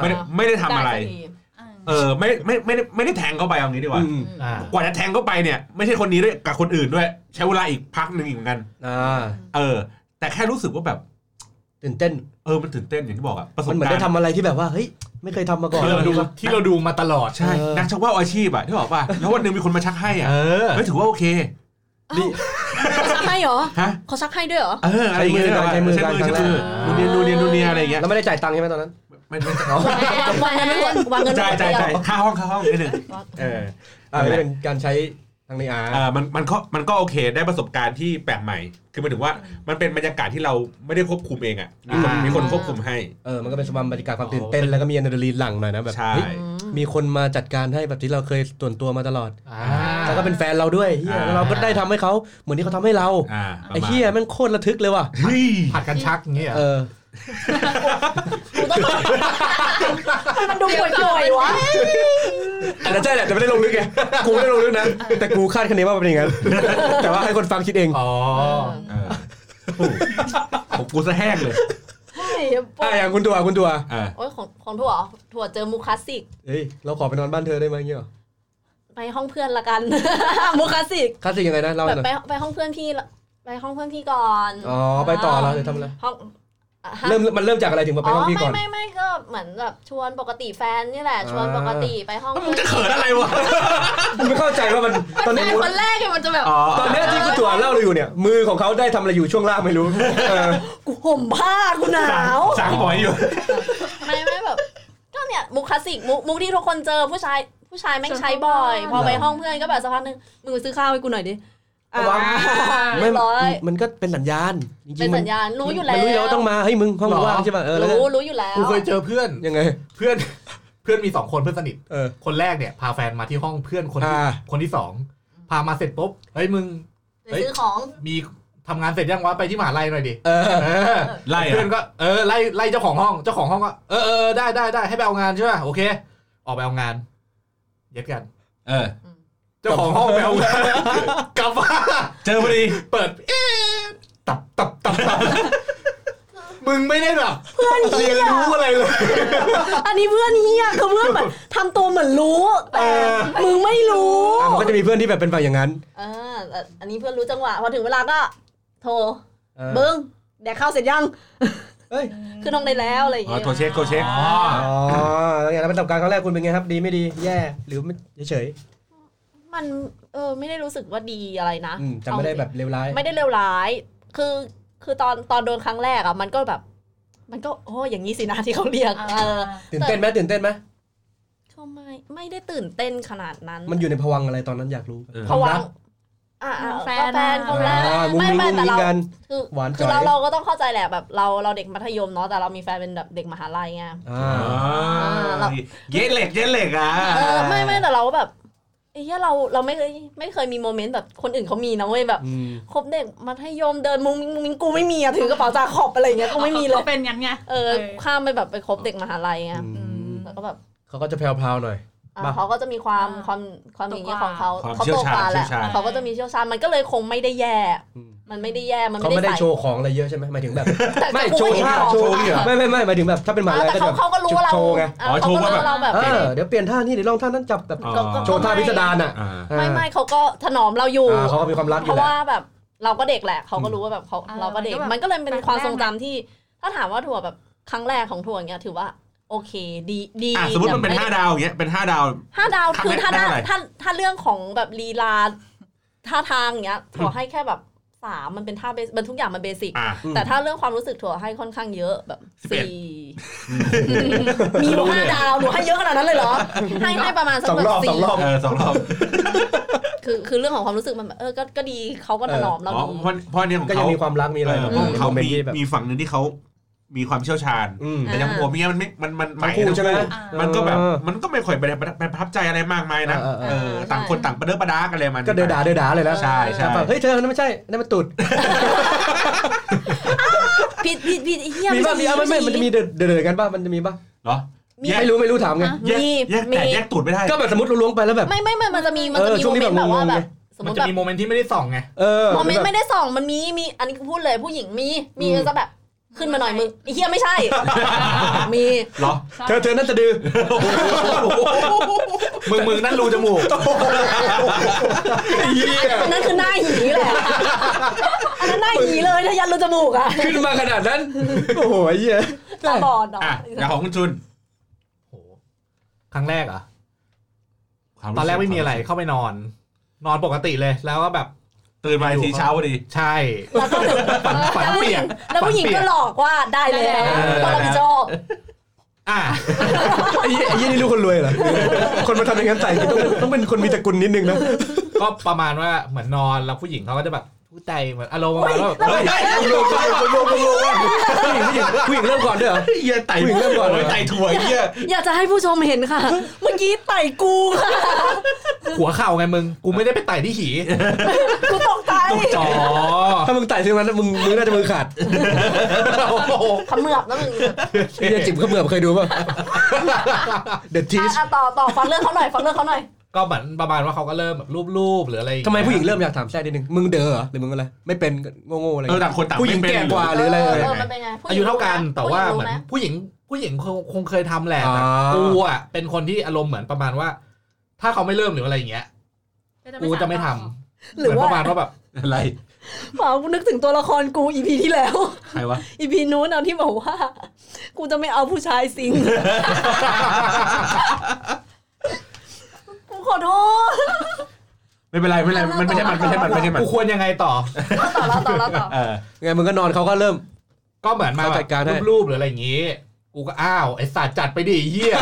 ไม่ได้ไม่ได้ทำอะไร ด้สักที อ่า เออไม่ไม่ไม่ได้ไม่ได้แทงเข้าไปเอางี้ดีกว่า อืม อ่า กว่าจะแทงเข้าไปเนี่ยไม่ใช่คนนี้ด้วยกับคนอื่นด้วย ใช้เวลาอีกพักหนึ่งอีกเหมือนกัน อ่า เออ แต่แค่รู้สึกว่าแบบ ตื่นเต้น เออ มันตื่นเต้นอย่างที่บอกอะประสบ มันเหมือน การ ได้ ณ์ ทำอะไรที่แบบว่าเฮ้ยไม่เคยทำมาก่อน ที่เราดูที่เราดูมาตลอด ใช่ เออ นักชักว่าวอาชีพอะที่บอกว่า แล้ววันหนึ่งมีคนมาชักให้อะ เออ เฮ้ยถือว่าโอเค เขาชักให้เหรอ ฮะ เขาชักให้ด้วยเหรอ เออ อะไรอย่างเงี้ย ใช้มือ ใช้ กัน มือ ใช้ ใช้ มื มื อ อนูนเนียนูนเนียนูนเนียอะไรอย่างเงี้ย แล้วไม่ได้จ่ายตังค์ใช่ไหมตอนนั้น ไม่ไม่ วางเงินไว้ก่อนวางเงินไว้ จ่าย ก่อน จ่าย เดี๋ยว จ่ายค่าห้องค่าห้องนิดหนึ่งเออ อ่าเป็นการใช้ทางในอาร์ เออมันมันก็มันก็โอเคได้ประสบการณ์ที่แปลกใหม่ คือหมายถึงว่ามันเป็นบรรยากาศที่เราไม่ได้ควบคุมเองอะมีคน อ่ามี มีคนควบคุมให้ เออมันก็เป็นสมบรรยากาศความตื่นเต้นแล้วก็มีอะดรีนาลีนหลั่งหน่อยนะแบบ ใช่ เฮ้ยมีคนมาจัดการให้แบบที่เราเคยส่วนตัวมาตลอด อ่า แล้วก็เป็นแฟนเราด้วยเหี้ย อ่า แล้วเราก็ได้ทำให้เขาเหมือนที่เขาทำให้เรา อ่า ไอ้เหี้ย ประมาณ มันโคตรระทึกเลยว่ะ เฮ้ย ผัดกันชักอย่างเงี้ย เออ มันดูป่วยๆวะ อันนั้นใช่แหละแต่ไม่ได้ลงลึกไง กูไม่ได้ลงลึกนะแต่กูคาดคะเนว่ามันเป็นอย่าง นั้นแต่ว่าให้คนฟังคิดเอง อ๋อ เออโอ้โหผมกูซะแห้งเลย ใช่ อ่ะอย่างคุณตัวคุณตัว เออ โอ้ยของของถั่วเหรอถั่วเจอมูคลาสสิก เฮ้ยเราขอไปนอนบ้านเธอได้ไหมเงี้ยเหรอ ไปห้องเพื่อนละกัน มูคลาสสิก คลาสสิกยังไงนะเล่าห แบบน่อย ไปไปห้องเพื่อนพี่ละไปห้องเพื่อนพี่ก่อน อ๋อไปต่อแล้วเดี๋ยวทำอะไร ห้องอ่ะฮะ เริ่มมันเริ่มจากอะไรถึงมาไปห้องพี่ก่อน ไม่ไม่ไม่ก็เหมือนแบบชวนปกติแฟนนี่แหละ ชวน อ่า ปกติไปห้อง มึง เพื่อน จะเขินอะไรวะ กูไม่เข้าใจว่ามันตอน แฟ นี้ นคนแรกเนี่ยมันจะแบบ ตอนเนี้ยที่คุณตัวเล่าเราอยู่เนี่ย มือของเขาได้ทำอะไรอยู่ช่วงล่างไม่รู้เออ กูห่มผ้ากูหนาว สางหอยอยู่ ไม่ไม่แบบก็เนี่ยมุกคลาสสิกมุกมุกที่ทุกคนเจอผู้ชายผู้ชายแม่งใช้บ่อย พอไปห้องเพื่อนก็แบบสักพักหนึงมึงไปซื้อข้าวให้กูหน่อยดิอ่าเรียบร้อย มันก็เป็นสัญญาณจริงๆ เป็น มั สัญญาณรู้อยู่แล้ มันรู้แล้ว ว ว่าต้องมาเฮ้ยมึงห้องมึงว่างใช่ป่ะเออแล้วก็ รู้รู้อยู่แล้ว กูเคยเจอเพื่อน ยังไง เพื่อน เพื่อนมีสองคนเพื่อนสนิท เออ คนแรกเนี่ย พาแฟนมาที่ห้องเพื่อนคนที่ อ่า คนที่สองพามาเสร็จปุ๊บ เฮ้ยมึง ไปซื้อของ มีทำงานเสร็จยังวะไปที่มหาลัยหน่อยดิ เออ เออ ไล่ เพื่อ อะ นก็เออไล่ไล่เจ้าของห้อง เจ้าของห้องก็เออเออเออได้ได้ได้ให้ไปเอางานใช่ป่ะโอเค ออกไปเอางาน เย็ดกัน เออ เจ้าของห้องไปเอางานกลับมา เจอพอดี เปิดเอ๊ะตับตับตับตับมึงไม่ได้แบบเรียนรู้อะไรเลย อันนี้เพื่อนเฮียคือเพื่อนแบบทำตัวเหมือนรู้แต่มึงไม่รู้ อ่ะมันก็จะมีเพื่อนที่แบบเป็นฝ่ายอย่างนั้น เออแต่อันนี้เพื่อนรู้จังหวะพอถึงเวลาก็ โทร เออ เบิ้งแดกข้าวเสร็จยัง เอ้ย ขึ้นห้องได้แล้วอะไรอย่าง อ๋อ เงี้ย โทรเช็คโทรเช็ค อ๋อ อ๋อแล้วไงแล้วประสบการณ์ครั้งแรกคุณเป็นไงครับ ดีไม่ดี แย่ หรือไม่เฉย มันเออไม่ได้รู้สึกว่าดีอะไรนะ ๆอืมจำไม่ได้แบบเลวร้าย ไม่ได้เลวร้าย คือ คือตอน ตอนโดนครั้งแรกอะมันก็แบบ มันก็ โอ้อย่างนี้สินะที่เขาเรียก เออ ตื่นเต้นไหมตื่นเต้นไหม ก็ไม่ ไม่ได้ตื่นเต้นขนาดนั้น มันอยู่ในภวังค์อะไรตอนนั้นอยากรู้ เออ เพราะว่า คมรัก อ่ะอ่ะ แฟน ก็แฟน อะ คนแรก อ่ามุ้งมิ้ง ไม่ มุ้ง แต่ มิ้ง เรา กัน คือ หวาน คือเรา จ๋อย เราก็ต้องเข้าใจแหละ แบบ เรา เราเด็กมัธยมเนาะ แต่เรามีแฟนเป็นแบบเด็กมหาลัยไง อ่า อ๋อเย็ดเหล็กเย็ดเหล็กอ่ะ เออ ไม่ไม่แต่เราก็แบบเอ้ยเรา เราไม่เคย ไม่เคยมีโมเมนต์แบบ คนอื่นเขามีนะเว้ย แบบ อืม คบเด็กมัธยม เดินมุ้งมิ้งมุ้งมิ้งกูไม่มีอะถือกระเป๋าจาขอบอะไรอย่างเงี้ย กูไม่มีเลย ขาเป็นงั้นไง เออ ข้ามไปแบบไปคบเด็กมหาลัยไง อืม แล้วก็แบบ เขาก็จะแพรวๆหน่อย อ่า บ้า เขาก็จะมีความ อ่า ความความอย่างนี้ยขโตกว่า องเขา ความ เขา เชี่ย โต วชาญ กว่าแหละ เชี่ยวชาญ เขาก็จะมีเชี่ยวชาญมันก็เลยคงไม่ได้แย่ มันไม่ได้แย่มัน เขา ไม่ ไม่ได้ ได้ โช ใส่ ว์ของอะไรเยอะใช่ไหมหมายถึงแบบ แต่ ไม่ แต่กู โชว์ ไม่ ท่า เห็นของ โชว์ไม่ไม่ไม่หมายถึงแบบถ้าเป็นหมา อ่า ล่า แต่ ก็ เขา จะ เขาก็รู้ว่าเรา โชว์ไง อ่า อ๋อ เขาก็รู้ว่าเราแบบ เออเดี๋ยวเปลี่ยนท่านี่เดี๋ยวลองท่านั้นจับแบบ อ๋อ โชว์ท่าพิสดารอ่ะ อ่า ไม่ไม่เขาก็ถนอมเราอยู่ อ่าเขาก็มีความรักอ เพ ยู่ ราะ แหละ ว่าแบบเราก็เด็กแหละเขาก็รู้ว่าแบบเขา อ่า เราก็เด็ก มันก็แบบ มันก็เลยเป็นความ แรกๆ ทรงจำที่ ถ้าถามว่าถั่วแบบครั้งแรกของถั่วเนี้ยถือว่า โอเคดีดี อ่ะสมมติมันเป็น แต่ ห้า ไได้ ดาวอย่างเงี้ยเป็นห้าดาว ห้าดาวคือ ครั้ ถ้าง แรก ด้า ได้เท่าไหร่ ถ้าถ้าเรื่องของแบบลีลาท่าทางเนี้ยถั่วให้แค่แบบสามมันเป็นท่าเบสมันทุกอย่างมันเบสิก อ่ะ อืม แต่ถ้าเรื่องความรู้สึกถั่วให้ค่อนข้างเยอะแบบ สิบเอ็ด สี่มีหนูห้าดาวหนูให้เยอะขนาดนั้นเลยเหรอให้ให้ประมาณสัก สอง แบ รอ บบ สอ สี่ งรอบ เออสองรอบ คือคือเรื่องของความรู้สึกมันแบบเออก็ก็ดีเขาก็ถนอมเรา อ๋อ ดี เพราะเพราะอันเนี้ยของ ก็ยัง เขา มีความรักมีอะไร เออ แบบ เพราะของเขา โมมน มี ต์ที่แบบ มีฝั่งหนึ่งที่เขามีความเชี่ยวชาญ อืม แต่อยังผมเนี้ยมันไม่มันมัน ทั้งคู่ใช่ไหม ทั้งมันก็แบบ เออ มันก็ไม่ค่อยไปไปประทับใจอะไรมากมายนะ เออเออ เออต่างคนต่างประเดิมประดากันอะไรมัน ก็เดือดด่าเดือดด่าเลยนะ ใช่ใช่ แบบเฮ้ยเธอนั้นไม่ใช่นั่นมันตุด ผิดผิดผิดไอ้เฮีย มีป่ะมีอ่ะไม่ไม่มันจะมีเดือดเดือดกันป่ะมันจะมีป่ะ เหรอ มี แยก ไม่รู้ไม่รู้ถามไง อ่ะ แยกแยกมีมี แต่แยกตูดไม่ได้ ก็แบบสมมติล้วงไปแล้วแบบ ไม่ไม่ไม่มันจะมีมัน เอ จะ อ มี ช่วง โม นี้ เมนต์แบ แบบ บว่า ว่า แบ ง บ ง สมม มัน ติ จะ แบบ มีโมเมนต์ที่ไม่ได้ส่องไง เออ โมเมนต์ แบบ ไม่ได้ส่องมันมีมีอันนี้พูดเลยผู้หญิงมีมี อืม จะแบบขึ้นมาหน่อยมึงไอ้เฮียไม่ใช่ มี เหรอ เธอเธอนั่นจะดื้อ มึงมึงนั่นรูจมูก เหี้ย อันนั้นคือหน้าหยีแหละอันนั้นหน้าหยีเลยถ้ายันรูจมูกอะ ขึ้นมาขนาดนั้นโอ้โหไอ้เหี้ย ตาบอดเหรอ อ่ะอย่างของคุณจุน โหครั้งแรกเหรอ่ะ ความสึ ตอนแรกไม่มีอะไรเข้าไปนอน นอนปกติเลยแล้วก็แบบ ตื่นมาอีกทีเช้าพอดี ใช่ แล้วก็ ฝันฝัน แล้วผู้ เปี หญิ ย ง ก แล้วผู้หญิง ฝันเปี ก็ ยก หลอกว่าได้แล้ว ได้แล้ว ก็รับผิดชอบ อ่ะ ไอ้เหี้ยไอ้เหี้ยนี่ลูกคนรวยเหรอคนมาทำอย่างนั้นใส่ต้องเป็นต้องเป็นคนมีตระกูลนิดนึงนะ ก็ประมาณว่าเหมือนนอนแล้วผู้หญิงเขาก็จะแบบผู้ใจเหมือนอารมณ์ประมาณว่า เฮ้ย เฮ้ย โยกโยกโยกโยกผู้หญิงผู้หญิงผู้หญิงเริ่มก่อนด้วยเหรอ เยี่ยไต่ ผู้หญิงเริ่มก่อนเหรอ โยไต่ถั่วไอ้เยี่ย อยากจะให้ผู้ชมเห็นค่ะ เมื่อกี้ไต่กูค่ะ หัวเข่าไงมึง กูไม่ได้ไปไต่ที่หี กูตกใจ อ๋อ ถ้ามึงไต่ถึงนั้นมึงมึงน่าจะมือขาด โอ้โห ขมือบนะมึง ไอ้เหี้ยจิบเขมือบเคยดูป่ะ The Teach อ่ะต่อต่อฟังเรื่องเขาหน่อย ฟังเรื่องเขาหน่อย ก็เหมือนประมาณว่าเขาก็เริ่มแบบรูปๆหรืออะไรอย่าเย ทำไมผู้หญิงเริ่มอยากถามแท้นิดนึง มึงเด้อเหรอหรือมึงอะไร ไม่เป็นโง่ๆอะไร เออต่างคนต่าง ผู้หญิง ไม่เป็น แก่กว่าหรืออะไร เอ เอ่ย อ มันเป็นไงผู้หญิง อายุเท่ากันแต่ว่า ผู้ เห ห มื ญิ อน งรู้ไ ผู้หญิงผู้หญิงคงคงเคยทำแหละ อ่า แต่กูอ่ะเป็นคนที่อารมณ์เหมือนประมาณว่า ถ้าเขาไม่เริ่มหรืออะไรอย่างเงี้ยกูจะไม่ทำ หรือว่า เมืนประมาณว่าแบบ อะไร เปล่ากูนึกถึงตัวละครกูอีพีที่แล้ว ใครวะ อีพีนู้นเอาที่บอกว่า กูจะไม่เอาผู้ชายสิงกูขอโทษ ไม่เป็นไรไม่เป็นไรมันไม่ใช่มันไม่ใช่มันไม่ใช่มัน กูควรยังไงต่อ ต่อแล้วต่อแล้วต่อ เออ ไงมึงก็นอนเขาก็เริ่ม ก็เหมือนมา เขาจัดการให้ รูปๆหรืออะไรอย่างงี้ กูก็อ้าวไอ้สัตว์จัดไปดิไอ้เฮีย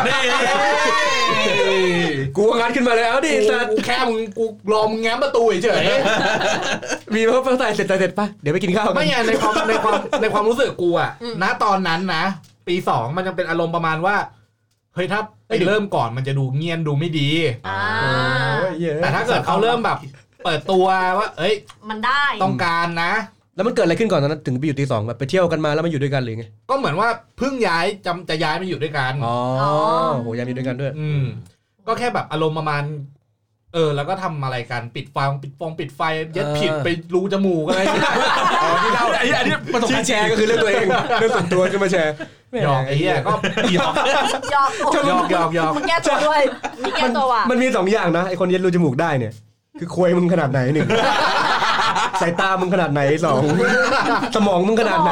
กูก็งัดขึ้นมาแล้วดิสัตว์ กูแค่มึงกูรอมึงแง้มประตูเฉย มีเพิ่มเพิ่มใส่เสร็จใส่เสร็จไปเดี๋ยวไปกินข้าว ๆกัน ไม่ไงในความในความในความรู้สึกกูอะ อืม ณตอนนั้นนะ ปีสองมันยังเป็นอารมณ์ประมาณว่าเฮ้ยถ้าไปเริ่มก่อนมันจะดูเงียนดูไม่ดี อ่า โอ้ยเหี้ย แต่ถ้าเกิดเขาเริ่มแบบ เปิดตัวว่า เอ้ย มันได้ ต้องการนะ แล้วมันเกิดอะไรขึ้นก่อนตอนนั้นถึงไปอยู่ตีสองแบบไปเที่ยวกันมาแล้วมาอยู่ด้วยกันหรือไง ก็เหมือนว่าเพิ่งย้ายจำจะย้ายมาอยู่ด้วยกัน อ๋อโหยังมีด้วยกันด้วย อืมก็แค่แบบอารมณ์ประมาณ เออ แล้วก็ทำอะไรกันปิดฟังปิดฟองปิดไฟเย็ด เออ ผิดไปรูจมูกอะไรอย่างเงี้ย ที่เล่าไอ้อันนี้ประสบ ชี้ การณ์ แชร์ก็คือเรื่องตัวเอง เรื่องส่วนตัวจะมาแชร์ หยอกไอ้เหี้ยก็หยอก หยอก หยอกหยอกหยอก มึงแก้ตัวด้วยมีแก้ตัวว่ะ มันมีสองอย่างนะไอคนเย็นรูจมูกได้เนี่ย คือควยมึงขนาดไหนหนึ่ง สายตามึงขนาดไหนสอง สมองมึงขนาดไหน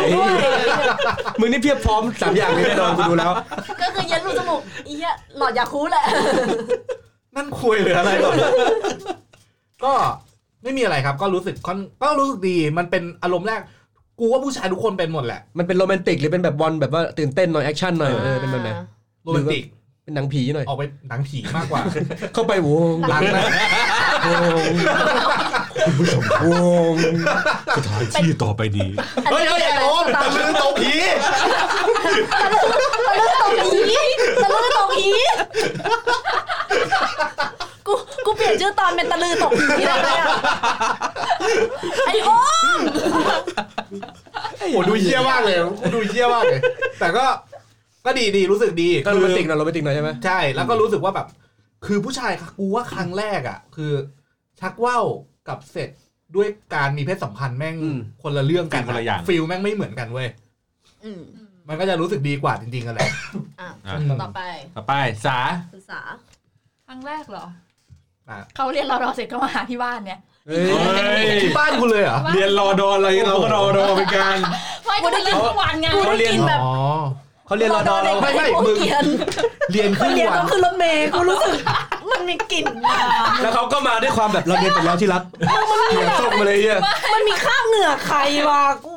มึงนี่เพียบพร้อมสามอย่างนี้แน่นอนกูดูแล้ว ก็คือเย็นรูจมูกอีเหี้ยหลอดยาคูลแหละ นั่นคุยหรืออะไรก่อนก็ไม่มีอะไรครับ ก็รู้สึกค่อนก็รู้สึกดีมันเป็นอารมณ์แรก กูว่าผู้ชายทุกคนเป็นหมดแหละ มันเป็นโรแมนติกหรือเป็นแบบบอลแบบว่าตื่นเต้นหน่อยแอคชั่นหน่อยเออเป็นแบบไหน โรแมนติก เป็นหนังผีหน่อย ออกไปหนังผีมากก ว่า เข้าไปวง หลังนะ วงคุณผู้ชมวง สถานที่ต่อไปดี อัน เฮ้ย นี้ เฮ้ยไอ้โอมตะลึงโตผี ตกอีตะลือตกอีกูกูเปลี่ยนชื่อตอนเป็นตะลือตกอีได้ไหมอะไอโอม โหดูเหี้ยมากเลยดูเหี้ยมากเลย แต่ก็ก็ดีดีรู้สึกดี ก็โรแมนติกหน่อยโรแมนติกหน่อยใช่ไหม ใช่แล้วก็รู้สึกว่าแบบ คือผู้ชายกูว่าครั้งแรกอ่ะ คือ ชักว่าวกับเสร็จด้วยการมีเพศสัมพันธ์แม่ง อืม คนละเรื่องกัน เป็นคนละอย่าง ฟิลแม่งไม่เหมือนกันเว้ย อืม มันก็จะรู้สึกดีกว่าจริงๆกันแหละ อ่ะ อ่ะ คนต่อไป ต่อไปสา คุณสา ครั้งแรกเหรอ อ่ะ เขาเรียนเราเราเสร็จก็มาหาที่บ้านเนี่ย เฮ้ย เฮ้ย ที่บ้านกูเลยเหรอ เรียนรอดออะไรเราก็รอดอเป็นการ ไม่ก็ได้ยินทุกวันไง เขาเรียน อ๋อ เขาเรียนรอดอเรา ไม่ไม่มึง เรียน เรียนครึ่ง เรียน วัน ต้องขึ้นรถเมล์กูรู้สึก มันมีกลิ่นมา แล้วเขาก็มาด้วยความแบบเราเรียนไปแล้วที่รักเหนียวส้มมาเลยเฮีย มันมีข้างเหนือใครวะกู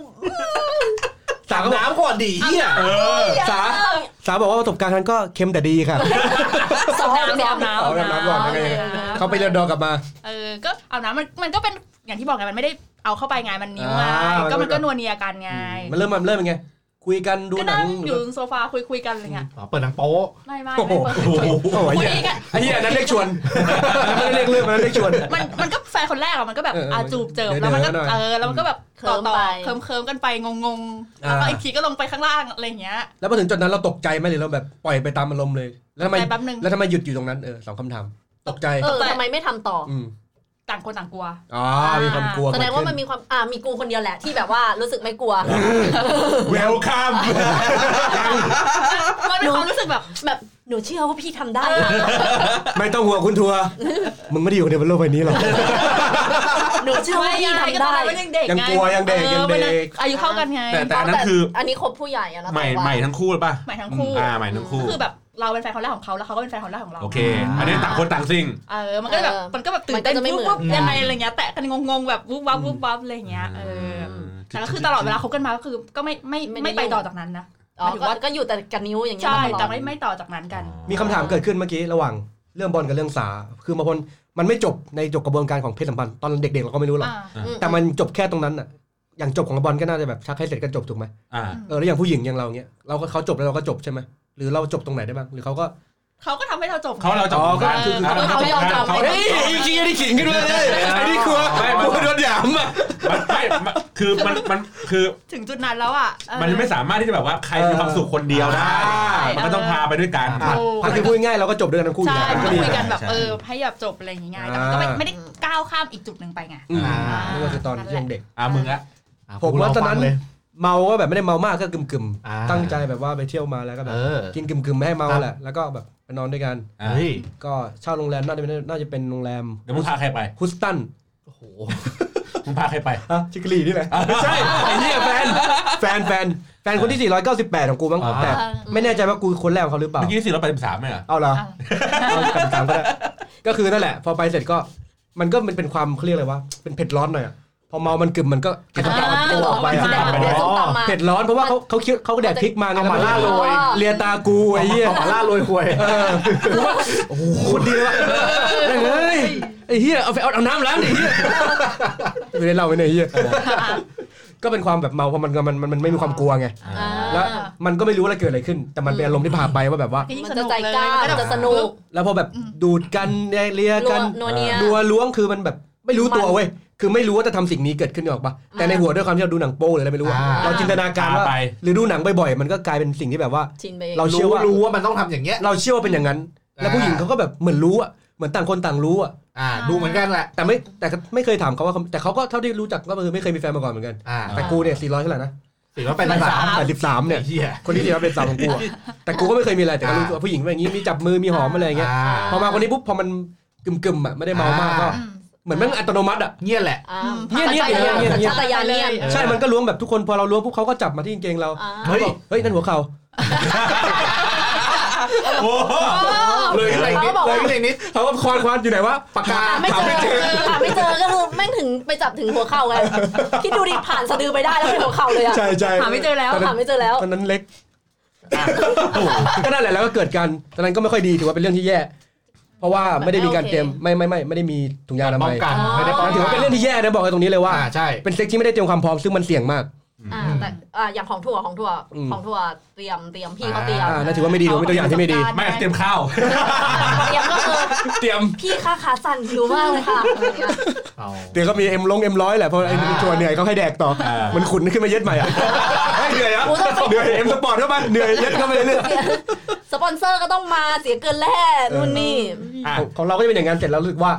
สามน้ำก่อนดีเฮีย เออ สาสาบอกว่าประสบการณ์ครั้งก็เค็มแต่ดีค่ะ สอบน้ำเอาน้ำ เอาน้ำก่อนได้ไหม เขาไปเรียนรอดอกลับมา เออ ก็เอาน้ำมันมันก็เป็นอย่างที่บอกไงมันไม่ได้เอาเข้าไปไงมันนิ้วไง อ่ามัน ก็มันก็นวเนียกันไง มันเริ่มมันเริ่มเป็นไง คุยกันดู ก็ หนั นั่ ง งอยู่โซฟาคุยคุยๆกันอะไรเงี้ย อ๋อเปิดหนังโป๊ะ ไม่ไม่ โอ้โห ไม่เปิด โอ้โห คุ ไอ้ ย เหี้ย กัน ไอ้เหี้ยอันนั้นเรียกชวนอันนั้นไม่ได้เรียกเรื่องอันนั้นเรียกชวน มันมันก็แฟนคนแรกอะมันก็แบบ เออเออ อาจูบเจิบ เดี๋ยว แล้วมันก็ เดี๋ยวหน่อย เออแล้วมันก็แบบต่อต่อเคิมเคิมๆกันไปงงงๆแล้วก็ อ่า อีกทีก็ลงไปข้างล่างอะไรเงี้ย แล้วพอถึงจุดนั้นเราตกใจไหมหรือเราแบบปล่อยไปตามอารมณ์เลย แล้วทำไม ตกใจแป๊บนึง แล้วทำไมหยุดอยู่ตรงนั้นเออสองคำถามตกใจ เออทำไมไม่ทำต่อ อืม ต่างคนต่างกลัว อ๋อมีความกลัว แสดงว่ามัน เกิดขึ้ มีความอ่ามีกูคนเดียวแหละที่แบบว่ารู้สึกไม่กลัว เวลคัม มันเป็นความรู้สึกแบบ แบบหนูเชื่อว่าพี่ทำได้ ไม่ต้องห่วงคุณทัวร์มึงไม่ได้อยู่คนเดียวบนโลกใบนี้หรอก หนูเชื่อว่าพี่ทำได้ ก็ตอนนั้นมันยังเด็ก ยังกลัวยังเด็ก ออ ยังเด็ก มันอายุเท่ากันไง แต่แต่อันนั้นคือ อันนี้คบผู้ใหญ่อะแล้ว ใหม่ แต่ว่า ใหม่ทั้งคู่หรือป่ะ หมายทั้งคู่ อ่าใหม่ทั้ง ก็ คู่ คือแบบเราเป็นแฟนคนแรกของเขาแล้วเขาก็เป็นแฟนคนแรกของเรา โอเค อันนี้ต่างคนต่างซิ่ง เออมันก็แบบมันก็แบบตื่นเต้นปุ๊บปุ๊บยังไงอะไรเงี้ยแตะกันงงๆแบบวุบวับวุบวับอะไรเงี้ยเออแต่ก็คือตลอดเวลาคบกันมาก็คือก็ไม่ไม่ไม่ไปต่อจากนั้นนะห อ๋อ มายถึง ก็ ว่า ก็อยู่แต่กับนิ้วอย่างเงี้ใช่ยาตลอด แต่ไม่ไม่ต่อจากนั้นกัน มีคำถามเกิดขึ้นเมื่อกี้ระหว่างเรื่องบอลกับเรื่องสา คือบางคนมันไม่จบในจบกระบวนการของเพศสัมพันธ์ตอนเด็กๆเราก็ไม่รู้หรอก อ่า อืม แต่มันจบแค่ตรงนั้นอ่ะ อย่างจบของบอลก็น่าจะแบบชักให้เสร็จก็จบถูกไหม อ่า เออแล้วอย่างผู้หญิงอย่างเราเนี้ยเราก็เขาจบแล้วเราก็จบใช่ไหมหรือเราจบตรงไหนได้บ้างหรือเขาก็ เขาก็ทำให้เราจบ เขาเราจะ อ๋อก็คือ เขา เขายอมจบ เขา ไม่ได้ เฮ้ยไอ้ขี้ได้ขิงขึ้นมาเลยไอ้นี่กลัว ไม่ไม่ กลัวโดนหยามอ่ะ มันไม่มันคือมันมันคือ ถึงจุดนั้นแล้วอ่ะเออ มันไม่สามารถที่จะแบบว่าใครมีความสุขคนเดียวได้ มันก็ต้องพาไปด้วยกัน ถูก ก็คือพูดง่ายๆเราก็จบด้วยกันทั้งคู่อยู่ ใช่ แล้ว ก็ ก็ดี คุย นะ กันแบบเออให้แบบจบอะไรอย่างเงี้ยแต่มันก็ไม่ไม่ได้ก้าวข้ามอีกจุดหนึ่งไปไง อืมนี่ก็คือตอนที่ยังเด็ก อ่ามึงละ อ่ะ ผมว่าตอนนั้น กูลงฟังเลย เมาก็แบบไม่ได้เมามากก็กึ่มกึ่มๆ อ่า ตั้งใจแบบว่าไปเที่ยวมาแล้วก็แบ เอบ อ กินกึ่มกึ่มๆไม่ให้เมาแหละแล้วก็แบบไปนอนด้วยกัน อ่ะ เฮ้ย ก็เช่าโรงแรมน่าจะเป็นน่าจะเป็นโรงแรม เดี๋ยวมึงพาใครไป ฮุสตัน โอ้โห มึงพาใครไป ฮะชิคลีนี่แหละไม่ใช่ไอ้เนี่ยแฟนแฟนแฟนแฟนคนที่ 498 ของกูมั้งแต่ไม่แน่ใจว่ากูคนแรกของเขาหรือเปล่า เมื่อกี้สี่ร้อยแปดสิบสามไหมเหรอ เอาเหรอ อ่ะ เอากันตามก็ได้ก็คือนั่นแหละ พอไปเสร็จก็มันก็มันเป็นความเขาเรียกอะไรวะเป็นเผ็ดร้อนหน่อยอะพอเมามันกึ่มมันก็กระตับ อ่า ตัวออกไปอะ มันมาเดี๋ยวส้มตำมา เผ็ดร้อนเพราะว่าเขาเขาเคี้ยวเขาแดกพริกมาไง เอามาล่าโรย เลียตากูไอ้เหี้ย เอามาล่าโรยควย เออกูว่าโอ้โหโคตรดีเลยว่ะแม่งเอ้ยไอ้เหี้ยเอาไปเอาเอาน้ำล้างดิเหี้ยไม่ได้เล่าไว้ในเหี้ยก็เป็นความแบบเมาเพราะมันก็มันมันมันไม่มีความกลัวไง อ่า แล้วมันก็ไม่รู้ว่าอะไรเกิดอะไรขึ้น แต่มันเป็นอารมณ์ที่พาไปว่าแบบว่า ก็ยิ่ง มัน ส จะ นุก ใจ เลย กล้า มันมันก็แบบ จะสนุก แล้วพอแบบดูดกันเลีย รั กั วน นัวเนีย ดัวล้วงคือมันแบบไม่รู้ตัว มัน เว้ยคือไม่รู้ว่าจะทำสิ่งนี้เกิดขึ้นหรอกปะแต่ในหัวด้วยความที่เราดูหนังโป้หรืออะไรไม่รู้อะ อ่า เราจินตนาการว่า พาไป หรือดูหนังบ่อยๆมันก็กลายเป็นสิ่งที่แบบว่า ชินไปเอง เรา รู้รู้ว่ามันต้องทำอย่างเงี้ย เราเชื่อว่าเป็นอย่างนั้น แล้วผู้หญิงเขาก็แบบเหมือนรู้อะเหมือนต่างคนต่างรู้อะ อ่า ดูเหมือนกันแหละ แต่ไม่แต่ก็ไม่เคยถามเขาว่าเขาแต่เขาก็เท่าที่รู้จักก็คือไม่เคยมีแฟนมาก่อนเหมือนกัน อ่า แต่กูเนี่ยสี่ร้อยเท่าไหร่นะ ถือว่าเป็นภาษา สาม แปดสิบสามเนี่ย เฮีย คนที่สี่ร้อยเป็นสามของกูอะแต่กูก็ไม่เคยมีอะไรแต่ก็รู้ว่าผู้หญิงเป็นอย่างนี้มีจับมือมีหอมอะไรอย่างเงี้ยพอมาคนนี้ปุ๊บพอมันกึมกึมๆอ่ะไม่ได้เมามากก็ อ่า เหมือนแม่งอัตโนมัติอ่ะ เงี้ยแหละ อ่า เนี่ยเนี่ย สัญชาตญาณ เนี่ยสัญชาตญาณเนี่ยเนี่ยเออ ใช่มันก็ล้วงแบบทุกคนพอเราล้วงปุ๊บเขาก็จับมาที่กางเกงเรา อ่า เฮ้ย บอกเฮ้ยนั่นหัวเข่า โอ้โห เลยอะไรนิดเลยอะไรนิด เขาก็ควานควานอยู่ไหนวะปากกา ไม่ ถาม เจ ไม่เจ อ อ หาไม่เจอก็คือแม่งถึงไปจับถึงหัวเข่าไงคิดดูดิผ่านสะดือไปได้แล้วเป็นหัวเข่าเลยอะ ใช่ใช่ หาไม่เจอแล้ว ตน หา นั้น ไม่เจอแล้ว ตอนนั้นเล็กก็นั่นแหละแล้วก็เกิดกันตอนนั้นก็ไม่ค่อยดีถือว่าเป็นเรื่องที่แย่ เพราะว่าไม่ได้มีการเตรียมไม่ไม่ไม่ไม่ได้มีถุงยางอนา ป้ มั อง ย กัน ไม่ได้ป้อง ถือว่าเป็นเรื่องที่แย่นะบอกกันตรงนี้เลยว่า อ่าใช่ เป็นเซ็กที่ไม่ได้เตรียมความพร้อมซึ่งมันเสี่ยงมาก อ่า อืม แต่อ่าอย่างของถั่วของถั่ว อืม ของถั่วเตรียมเตรียมพี่เขาเตรียม อ่าน่าถือว่าไม่ดีถือว่าเป็นตัวอย่างที่ไม่ดี ไม่เตรียมข้าว เตรียมก็คือ เตรียม พี่ค่าขาสั่นหิวมากเลยค่ะอะไรเงี้ย เอา เดี๋ยวก็มีเอ็มลงเอ็มร้อยแหละเพราะไอ้ อ่า ตัวเหนื่อยเขาให้แดกต่อ อ่ามั มันขุนขึ้นมาเย็ดใหม่อ่ะ เฮ้ยเหนื่อยอ่ะเหนื่อยเอ็มสปอร์ตเข้ามาเหนื่อยเย็ดเข้าไปเรื่อย สปอนเซอร์ก็ต้องมาเสียเกินแล่นู่นนี่ อ่ะ ๆของของเราก็จะเป็นอย่างนั้นเสร็จแล้วรู้สึกว่า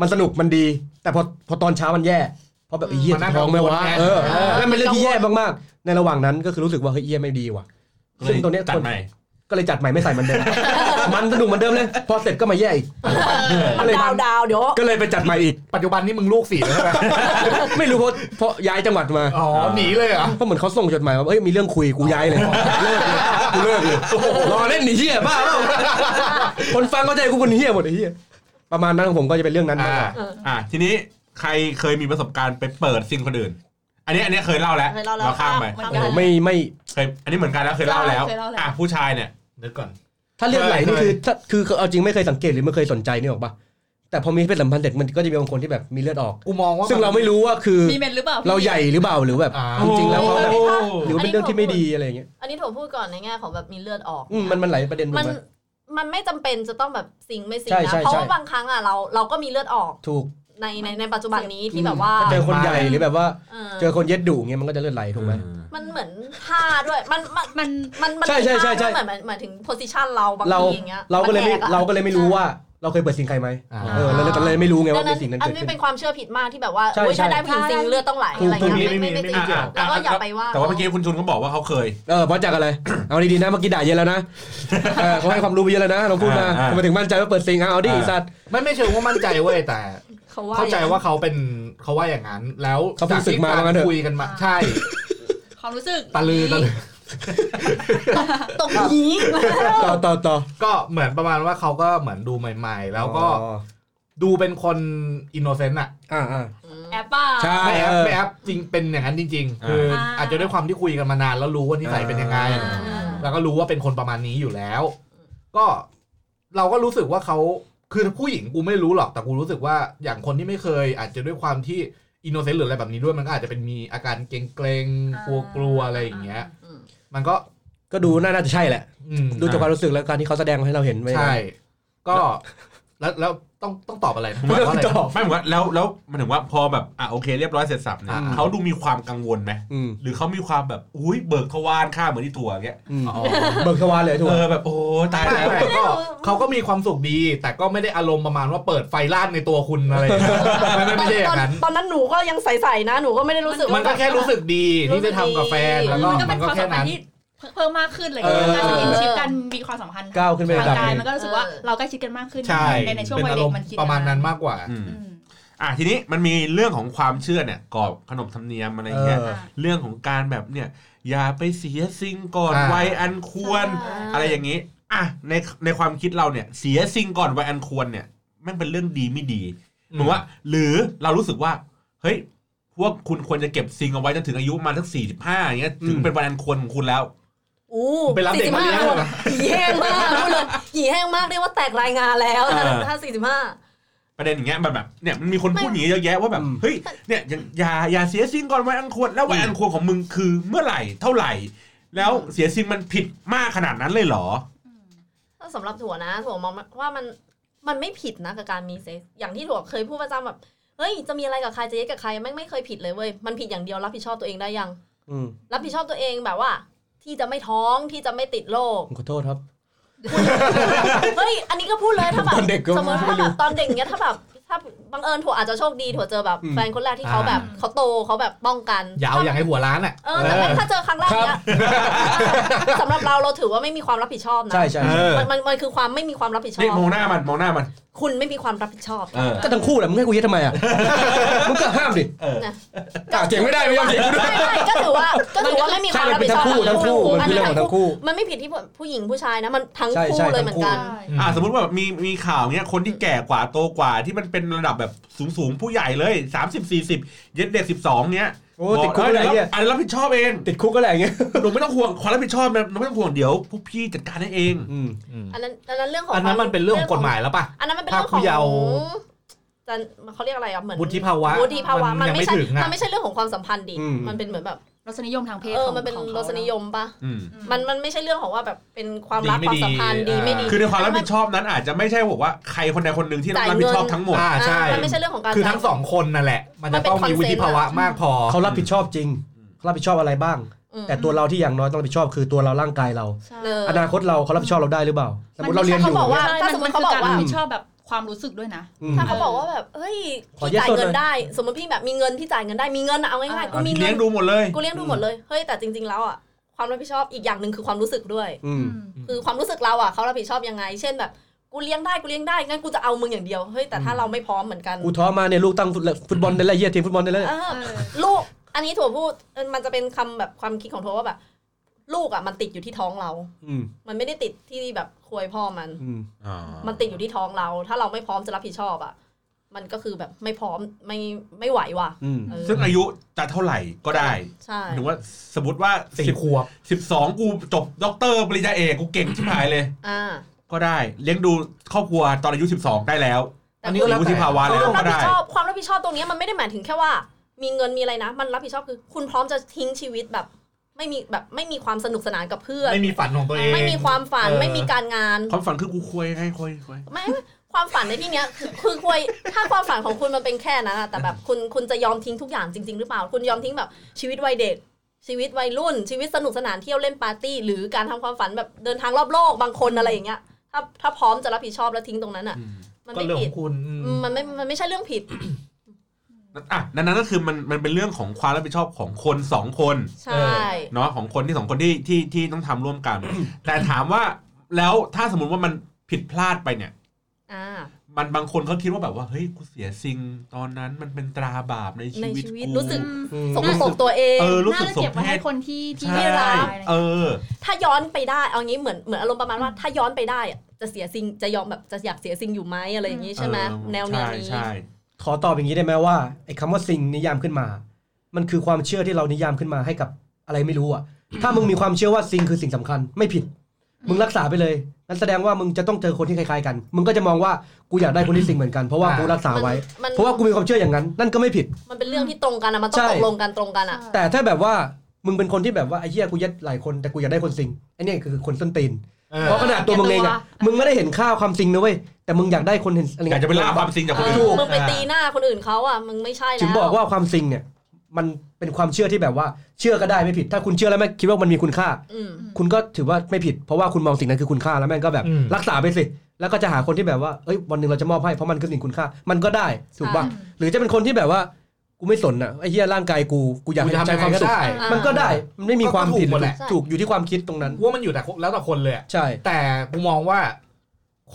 มันสนุกมันดี แต่พอพอตอนเช้ามันแย่เพราะแบบไอ้เหี้ย มันน่า ท้องไม่ กั วะ งวลไง เออ เออ นั่นเป็นเรื่องที่แย่มากๆในระหว่างนั้นก็คือรู้สึกว่าเฮ้ยเหี้ยไม่ดีว่ะ ซึ่งตัวเนี้ย จั ค ด น ใหม่ ก็เลยจัดใหม่ไม่ใส่เหมันเดิม มันสนุกเหมือนเดิมเลย พอเสร็จก็มาแย่ อีก มันดาวดาวๆเดี๋ยว ก็เลยไปจัดใหม่อีก ปัจจุบันนี่มึงลูกสี่แล้วใช่ไหม ไม่รู้เพราะเพราะย้ายจังหวัดมา อ๋อหนีเลยเหรอ เพราะเหมือนเขาส่งจดหมายว่าเอ้ยมีเรื่องคุยกูย้ายเลยเลิกเลยกูเลิกเลยรอเล่นหนีเหี้ยบ้าเปล่า คนฟังเข้าใจกูคนเหี้ยหมดไอ้เหี้ยประมาณนั้นของผมก็จะเป็นเรื่องนั้นมากกว่า อ่า อ่ะทีนี้ใครเคยมีประสบการณ์ไปเปิดซิงคนอื่น อันนี้อันนี้เคยเล่าแล้ว เคยเล่าแล้ว ข้ามไป ข้าม โอ้โหไม่ไม่ เคยอันนี้เหมือนกันแล้วเคยเล่าแล้ว เคยเล่าแล้ว อ่ะผู้ชายเนี่ย นึกก่อน ถ้าเรื่องไหลนี่คือถ้าคือเอาจริงไม่เคยสังเกตหรือไม่เคยสนใจนี่หรอกปะแต่พอมีเพศสัมพันธ์เสร็จมันก็จะมีบางคนที่แบบมีเลือดออก กูมองว่า ซึ่งเราไม่รู้ว่าคือ มีเมนหรือเปล่าพี่ เราใหญ่หรือเปล่าหรือแบบ อ่า จริงๆแล้วเขาแบบ โอ้โห หรือว่าเป็นเรื่องที่ไม่ดีอะไรอย่างเงี้ย อันนี้ถั่วพูดก่อนในแง่ของแบบมีเลือดออก อืมมันมันหลายประเด็นถูก มัน ไหม มันไม่จำเป็นจะต้องแบบซิงค์ไม่ซิง ใช่ ค์นะ ใช่ เพราะ ใช่ ว่าบางครั้งอ่ะเราเราก็มีเลือดออก ถูก ในในในปัจจุบันนี้ที่แบบว่า ถ้เจอคนใหญ่หรือแบบว่า เออ เจอคนเย็ดดุเงี้ยมันก็จะเลือดไหลถูกไหม มันเหมือนท่าด้วยมันมัน มัน มันมัน ใช่ใช่ใช่ใช่ มันเหมือนเหมือนถึงโพสิชันเราบาง เรา ทีอย่างเงี้ย เราก็เลยนไม่แกอะ เราก็เลยไม่รู้ว่าเราเคยเปิดสิงใครไหม อ่า เออเราเลยเราเลยไม่รู้ไง ดั ว่างมี นั้น สิ่งนั้น อัน เกิด นี้ ขึ้น เป็นความเชื่อผิดมากที่แบบว่า ใช่ อุ๊ย ใช่ ถ้าได้ผู้หญิงจริงเลือดต้องไหลอะไร ถูก เงี้ย ถูก ไม่ไม่ ไม่ จริ มี ง อ่ะอ่ะ แล้วก็อย่าไปว่า แต่ว่าเมื่อกี้คุณชุนเขาบอกว่าเขาเคย เออเพราะจากอะไร เอาดีๆนะเมื่อกี้ด่าเยอะแล้วนะเออเขาให้ความรู้ไปเยอะแล้วนะเราพูดมา อ่าอ่า ทำไมถึงมั่นใจว่าเปิดสิงเอาเอาดิ อ่า ไอ้สัตว์ ไม่ไม่เชิงว่ามั่นใจเว้ยแต่ เขาว่า เข้าใจว่าเขาเป็นเขาว่าอย่างนั้น แล้ว เขาเพิ่งศึกมา จ ว่างั้นเถอะ คุยกันมาใช่ ความรู้สึก ตะลือตะลื อ ตกหยี ต่อต่อต่อ ก็เหมือนประมาณว่าเขาก็เหมือนดูใหม่ๆ แล้วก็ อ๋อ ดูเป็นคนอินโนเซนต์อะ อ่าอ่า แอปเปล่า ใช่ ไม่แอป เออ ไม่แอปจริงเป็นอย่างนั้นจริง ๆ คืออา อาจจะด้วยความที่คุยกันมานานแล้วรู้ว่านิสัยเป็นยังไง อ่า แล้วก็รู้ว่าเป็นคนประมาณนี้อยู่แล้ว ก็เราก็รู้สึกว่าเขาคือผู้หญิงกูไม่รู้หรอกแต่กูรู้สึกว่าอย่างคนที่ไม่เคย อาจจะด้วยความที่อินโนเซนต์หรืออะไรแบบนี้ด้วยมันก็อาจจะเป็นมีอาการเกรงเกรงกลัวกลัวๆอะไรอย่างเงี้ย มันก็ ก็ดูน่าน่าจะใช่แหละ อืม ดูจากความรู้สึกแล้วการที่เขาแสดงมาให้เราเห็นไว้ ใช่ ก็แล้วแล้วต้องต้องตอบอะไรนะ ไม่ ว่า ต้องตออะไรบ ไม่เหมือนว่าแล้วแล้วมันถึงว่าพอแบบอ่ะโอเคเรียบร้อยเสร็จสับเนี่ย อ่า เขาดูมีความกังวลไหม อืม หรือเขามีความแบบอุ้ยเบิกทวารข้าเหมือนที่ถั่วเงี้ย อืม อ๋อ เบิกทวารเลยถูก เออแบบโอ้ตาย ไม่ แล้ว ไม่ก็เขาก็มีความสุขดี แต่ก็ไม่ได้อารมณ์ประมาณว่าเปิดไฟลาดในตัวคุณอะไรอย่างเงี้ยไม่ไม่ไม่ใช่อ ตอน ย่างนั้น ตอนนั้นหนูก็ยังใสๆนะหนูก็ไม่ได้รู้สึก มันก็ ว่า แค่รู้สึกดีที่ได้ทำกับแฟนแล้วก็ มันก็เป็น นคมัก็วาม แค่ สัมพัน นั้น ธ์ที่เพิ่มมากขึ้นอะไรอย่างเลย เอการเห็นอชิปกันมีความสัมพันธ์ ก้าวขึ้นไประ ทาง ดับ กาหยมัน นึ่ง ก็รู้สึกว่า เออ เราใกล้ชิดกันมากขึ้น ใช่ ในในช่วง เป็น วัย อา เด็ ร ก มณ์ มันคิด ประมาณนั้นมากกว่า อืม อืม อ่ะทีนี้มันมีเรื่องของความเชื่อเนี่ยกรอบขนบธรรมเนียมอะไรเงี้ย อ่ะ เรื่องของการแบบเนี่ย อย่าไปเสียสิ่งก่อน อ่า วัยอันควร ใช่ อะไรอย่างนี้ อ่ะในในความคิดเราเนี่ย เสียสิ่งก่อนวัยอันควรเนี่ยแม่งเป็นเรื่องดีไม่ดี หนูว่าหรือเรารู้สึกว่า เฮ้ย พวกคุณควรจะเก็บซิงเอาไว้จนถึงอายุประมาณสักสี่สิบห้าอย่างเงี้ยถึงเป็นวันอันควรของคุณแล้ว อู้ ไปรับเด็กมาเลี้ยงเหรอ 45หีแห้งมากพูดเลยหีแห้งมากเรียกว่าแตกรายงานแล้ว เออ ถ้าสี่สิบห้า ประเด็นอย่างเงี้ยแบบแบบเนี่ยมันมีคน ไม่ พูดอย่างเงี้ยเยอะแยะว่าแบบเฮ้ยเนี่ยอย่าอย่าอย่าเสียซิงก่อนวันอันควรแล้ววันอันควรของมึงคือเมื่อไหร่เท่าไหร่ แล้วเสียซิงมันผิดมากขนาดนั้นเลยเหรอ ถ้าสำหรับถั่วนะ ถั่วมองว่ามันมันไม่ผิดนะกับการมีเซ็กซ์อย่างที่ถั่วเคยพูดประจำแบบเฮ้ยจะมีอะไรกับใครจะเย็ดกับใครแม่งไม่เคยผิดเลยเว้ยมันผิดอย่างเดียวรับผิดชอบตัวเองได้ยัง อืม รับผิดชอบตัวเองแบบว่า ที่จะไม่ท้องที่จะไม่ติดโรค ผมขอโทษครับ เฮ้ย อันนี้ก็พูดเลยถ้าแบบ ตอนเด็กก็ สมมติ ไม่ ถ้า รู้ แบบตอนเด็กเงี้ยถ้าแบบถ้าบังเอิญถั่วอาจจะโชคดีถั่วเจอแบบ อืม แฟนคนแรกที่เขา อ่า แบบเขาโตเขาแบบป้องกัน อยาวอย่างไอหัวร้านอ่ะ เออแต่ไม่ถ้าเจอครั้งแรกเนี้ย สำหรับเราเราถือว่าไม่มีความรับผิดชอบนะ ใช่ใช่ เออ มันมันมันคือความไม่มีความรับผิดชอ นี่ บ มองหน้ามันมองหน้ามัน คุณไม่มีความรับผิดชอบ เออ ก็ทั้งคู่แหละมึงให้กูเย็ดทำไมอ่ะมึงก็ห้ามดิ เออ อ่ะเถียงไม่ได้ไม่ยอมเถียงกูด้วย ไม่ไม่ก็ถือว่าก็ถือว่าไม่มีค ใช่ วาม มัน รับผิดชอง บเป็นทั้คู่ทั้งคู่มัอันเป็นเรื่องของทั้งคู่ มันไม่ผิดที่ผู้หญิงผู้ชายนะมันทั้ง ใช่ คู่ ใช่ เลย ทั้ง เหมือนกัน คู่ ม อ่าสมมติว่าแบบมีมีข่าวเนี้ยคนที่แก่กว่าโตกว่าที่มันเป็นระดับแบบสูงสูงๆผู้ใหญ่เลยสามสิบสี่สิบเย็ดเด็กสิบสองเนี้ย โอ้ติดคุกอะไร บอ เงี้ย เอ้ยอันนี้รับผิดชอบเอง ติดคุกอะไรเงี้ย หนูไม่ต้องห่วงความรับผิดชอบนะหนูไม่ต้องห่วงเดี๋ยว พวกพี่จัดการให้เอง อืม อันนั้นอันนั้นเรื่องของ อันนั้นมันเป็นเรื่องของกฎหมายแล้วป่ะ อันนั้นมันเป็นเรื่องข ภาคผู้ อง เยาว์ จะเขาเรียกอะไรอ่ะเหมือน วุฒิภาวะ วุฒิภาวะมัน ยัง ไม่ ไม่ ใช่ ถึง มั อ่ะ นไม่ใช่เรื่องของความสัมพันธ์ดิ อืม มันเป็นเหมือนแบบ รสนิยมทางเพศ เออ ของ มันเป็น ของ ร ขา สนิยมปะ อืม อื มันมันไม่ใช่เรื่องของว่าแบบเป็นความรัก ดี ค ไม่ วามสัมพันธ์ ดี ดีไม่ดี อ่า คือในความรับผิดชอบนั้นอาจจะไม่ใช่บอกว่าใครคนใดคนหนึ่งที่ จ่าย รับผิดชอบ เงิน ทั้งหมด อ่า อ่า ใช่ มันไม่ใช่เรื่องของการ คือทั้งสองคนนั่นแหละ มันจะต้องมีวุฒิภาวะมากพอ เขารับผิดชอบจริงเขารับผิดชอบอะไรบ้าง อืม แต่ตัวเราที่อย่างน้อยต้องรับผิดชอบคือตัวเราร่างกายเรา ใช่ เออ อนาคตเราเขารับผิดชอบเราได้หรือเปล่าสมมติเราเรียนอยู่ เขาบอกว่า ใช่ ถ้สมมติเขาบอกว่า นคืรรับผิดชอบแบบความรู้สึกด้วยนะ อืม ถ้าเขาบอกว่าแบบเฮ้ย ขอ พี่ แยก จ่าย ส่วน เงิ หน่ น อย ได้ สมมติพี่แบบมีเงินพี่จ่ายเงินได้มีเงินอะเอาง่ายๆกู อ่ะ มี พี่ เงิ เลี้ย น งดูหมดเลย กูเลี้ยงดูหมดเลยเฮ้ยแต่จริง ๆ แล้วอ่ะความรับผิดชอบอีกอย่างหนึ่งคือความรู้สึกด้วย อืม คือความรู้สึกเราอ่ะเขารับผิดชอบยังไง เช่นแบบกูเลี้ยงได้กูเลี้ยงได้งั้นกูจะเอามึงอย่างเดียวเฮ้ยแต่ถ้าเราไม่พร้อมเหมือนกัน กูท้อมาเนี่ยลูกตั้งฟุตบอลได้แล้วเยี่ยทีมฟุตบอลได้แล้ว เออ ลูก อันนี้ถั่วพูดเออมันจะเป็นคำแบบความคิดของถั่วว่าแบบ ลูกอ่ะมันติดอยู่ที่ท้องเรา อืม มันไม่ได้ติดที่แบบควยพ่อมัน อืม มันติดอยู่ที่ท้องเรา ถ้าเราไม่พร้อมจะรับผิดชอบอ่ะ มันก็คือแบบไม่พร้อมไม่ไม่ไหวว่ะ อืม เออ ซึ่งอายุจะเท่าไหร่ก็ได้ ใช่ หรือว่าสมมติว่า สี่ขวบ สิบสองกูจบด็อกเตอร์ปริญญาเอกกูเก่งชิบหายเลย อ่า ก็ได้ เลี้ยงดูครอบครัวตอนอายุ 12 ได้แล้ว อันนี้ แต่ ก็แล้ว วุฒิ แต่ ภาวะ ความ ก็ รับ ได้ ผิดชอบความรับผิดชอบตรงเนี้ยมันไม่ได้หมายถึงแค่ว่า มีเงินมีอะไรนะ มันรับผิดชอบคือ คุณพร้อมจะทิ้งชีวิตแบบ ไม่มีแบบไม่มีความสนุกสนานกับเพื่อน ไม่มีฝันของตัวเอง ไม่มีความฝัน เออ ไม่มีการงาน ความฝันคือกูคุยให้คุยคุย ไม่ไม่ความฝันในที่เนี้ยคือคือควยถ้าความฝันของคุณมันเป็นแค่นั้นอะแต่แบบคุณคุณจะยอมทิ้งทุกอย่างจริง ๆ หรือเปล่า คุณยอมทิ้งแบบชีวิตวัยเด็ก ชีวิตวัยรุ่น ชีวิตสนุกสนานเที่ยวเล่นปาร์ตี้ หรือการทำความฝันแบบเดินทางรอบโลกบางคนอะไรอย่างเงี้ยถ้าถ้าพร้อมจะรับผิดชอบแล้วทิ้งตรงนั้นอะมัน ก็ ไม่ เรื่องข ผิด องคุณอืม อืมมันไม่มันไม่ใช่เรื่องผิด อ่ะนั่นนั่นก็คือมันมันเป็นเรื่องของความรับผิดชอบของคน 2 คน ใช่ เนาะของคนที่สองคนที่ที่ที่ต้องทำร่วมกัน แต่ถามว่าแล้วถ้าสมมุติว่ามันผิดพลาดไปเนี่ย อ่า มันบางคนเขาคิดว่าแบบว่าเฮ้ยกูเสียสิ่งตอนนั้นมันเป็นตราบาปในชีวิต ในชีวิต กู รู้สึก อืม สงสกตัวเอง เออรู้ น่า สึก จะ สม เก็บไว้ เพ ให้ ศ คนที่ที่ ใช่ ไม่รัก เออ ถ้าย้อนไปได้เอางี้เหมือนเหมือนอารมณ์ประมาณว่าถ้าย้อนไปได้อะจะเสียสิ่งจะยอมแบบจะอยากเสียสิ่งอยู่ไหมอะไรอย่างงี้ใช่ไหม เออ แนวแนวนี้ ใช่ใช่ ขอตอบอย่างนี้ได้ไหมว่าไอ้คำว่าสิ่งนิยามขึ้นมา มันคือความเชื่อที่เรานิยามขึ้นมาให้กับอะไรไม่รู้อ่ะ ถ้ามึงมีความเชื่อว่าสิ่งคือสิ่งสำคัญ ไม่ผิด มึงรักษาไปเลยนั่นแสดงว่ามึงจะต้องเจอคนที่คล้ายๆกัน มึงก็จะมองว่ากูอยากได้คนที่สิ่งเหมือนกันเพราะว่า อ่ากู กูรักษาไว้ มัน เพราะว่ากูมีความเชื่ออย่างนั้น นั่นก็ไม่ผิด มันเป็นเรื่องที่ตรงกันอะมันต้อ ใช่ งตกลงกันตรงกันอะ แต่ถ้าแบบว่ามึงเป็นคนที่แบบว่าไอ้เหี้ยกูยัดหลายคนแต่กูอยากได้คนสิ่งไอ้เนี่ยคือคนส้นตีน เออ เพราะขนาดตัวมึงเองอะมึงไม่ได้เห็นค่าความจริงนะเว้ย แต่มึงอยากได้คนเห็นอะไร อยาก เงี้ย จะไปล่าความจริงจากคน เออ อื่น ถูก มึงไปตีหน้าคนอื่นเขาอะมึงไม่ใช่แล้ว ถึงบอกว่าความจริงเนี่ย มันเป็นความเชื่อที่แบบว่าเชื่อก็ได้ไม่ผิด ถ้าคุณเชื่อแล้วแม่งคิดว่ามันมีคุณค่า อืม คุณก็ถือว่าไม่ผิด เพราะว่าคุณมองสิ่งนั้นคือคุณค่าแล้วแม่งก็แบบ อืม รักษาไปสิ แล้วก็จะหาคนที่แบบว่าเอ้ยวันหนึ่งเราจะมอบให้เพราะมันคือสิ่งคุณค่า มันก็ได้ถูกป่ะหรือจะเป็นคนที่แบบว่ากูไม่สนอ่ะไอ้เหี้ยร่างกายกูกูอยาก กูจะ ให้ ทำ ใช้ ยัควางไงม ก็ สุข ได้ อ่า มันก็ได้มันไม่มีความผิด ก็ถูกหมดแหละ ถูกอยู่ที่ความคิดตรงนั้น ว่ามันอยู่แต่คนแล้วแต่คนเลยอะ ใช่ แต่กูมองว่า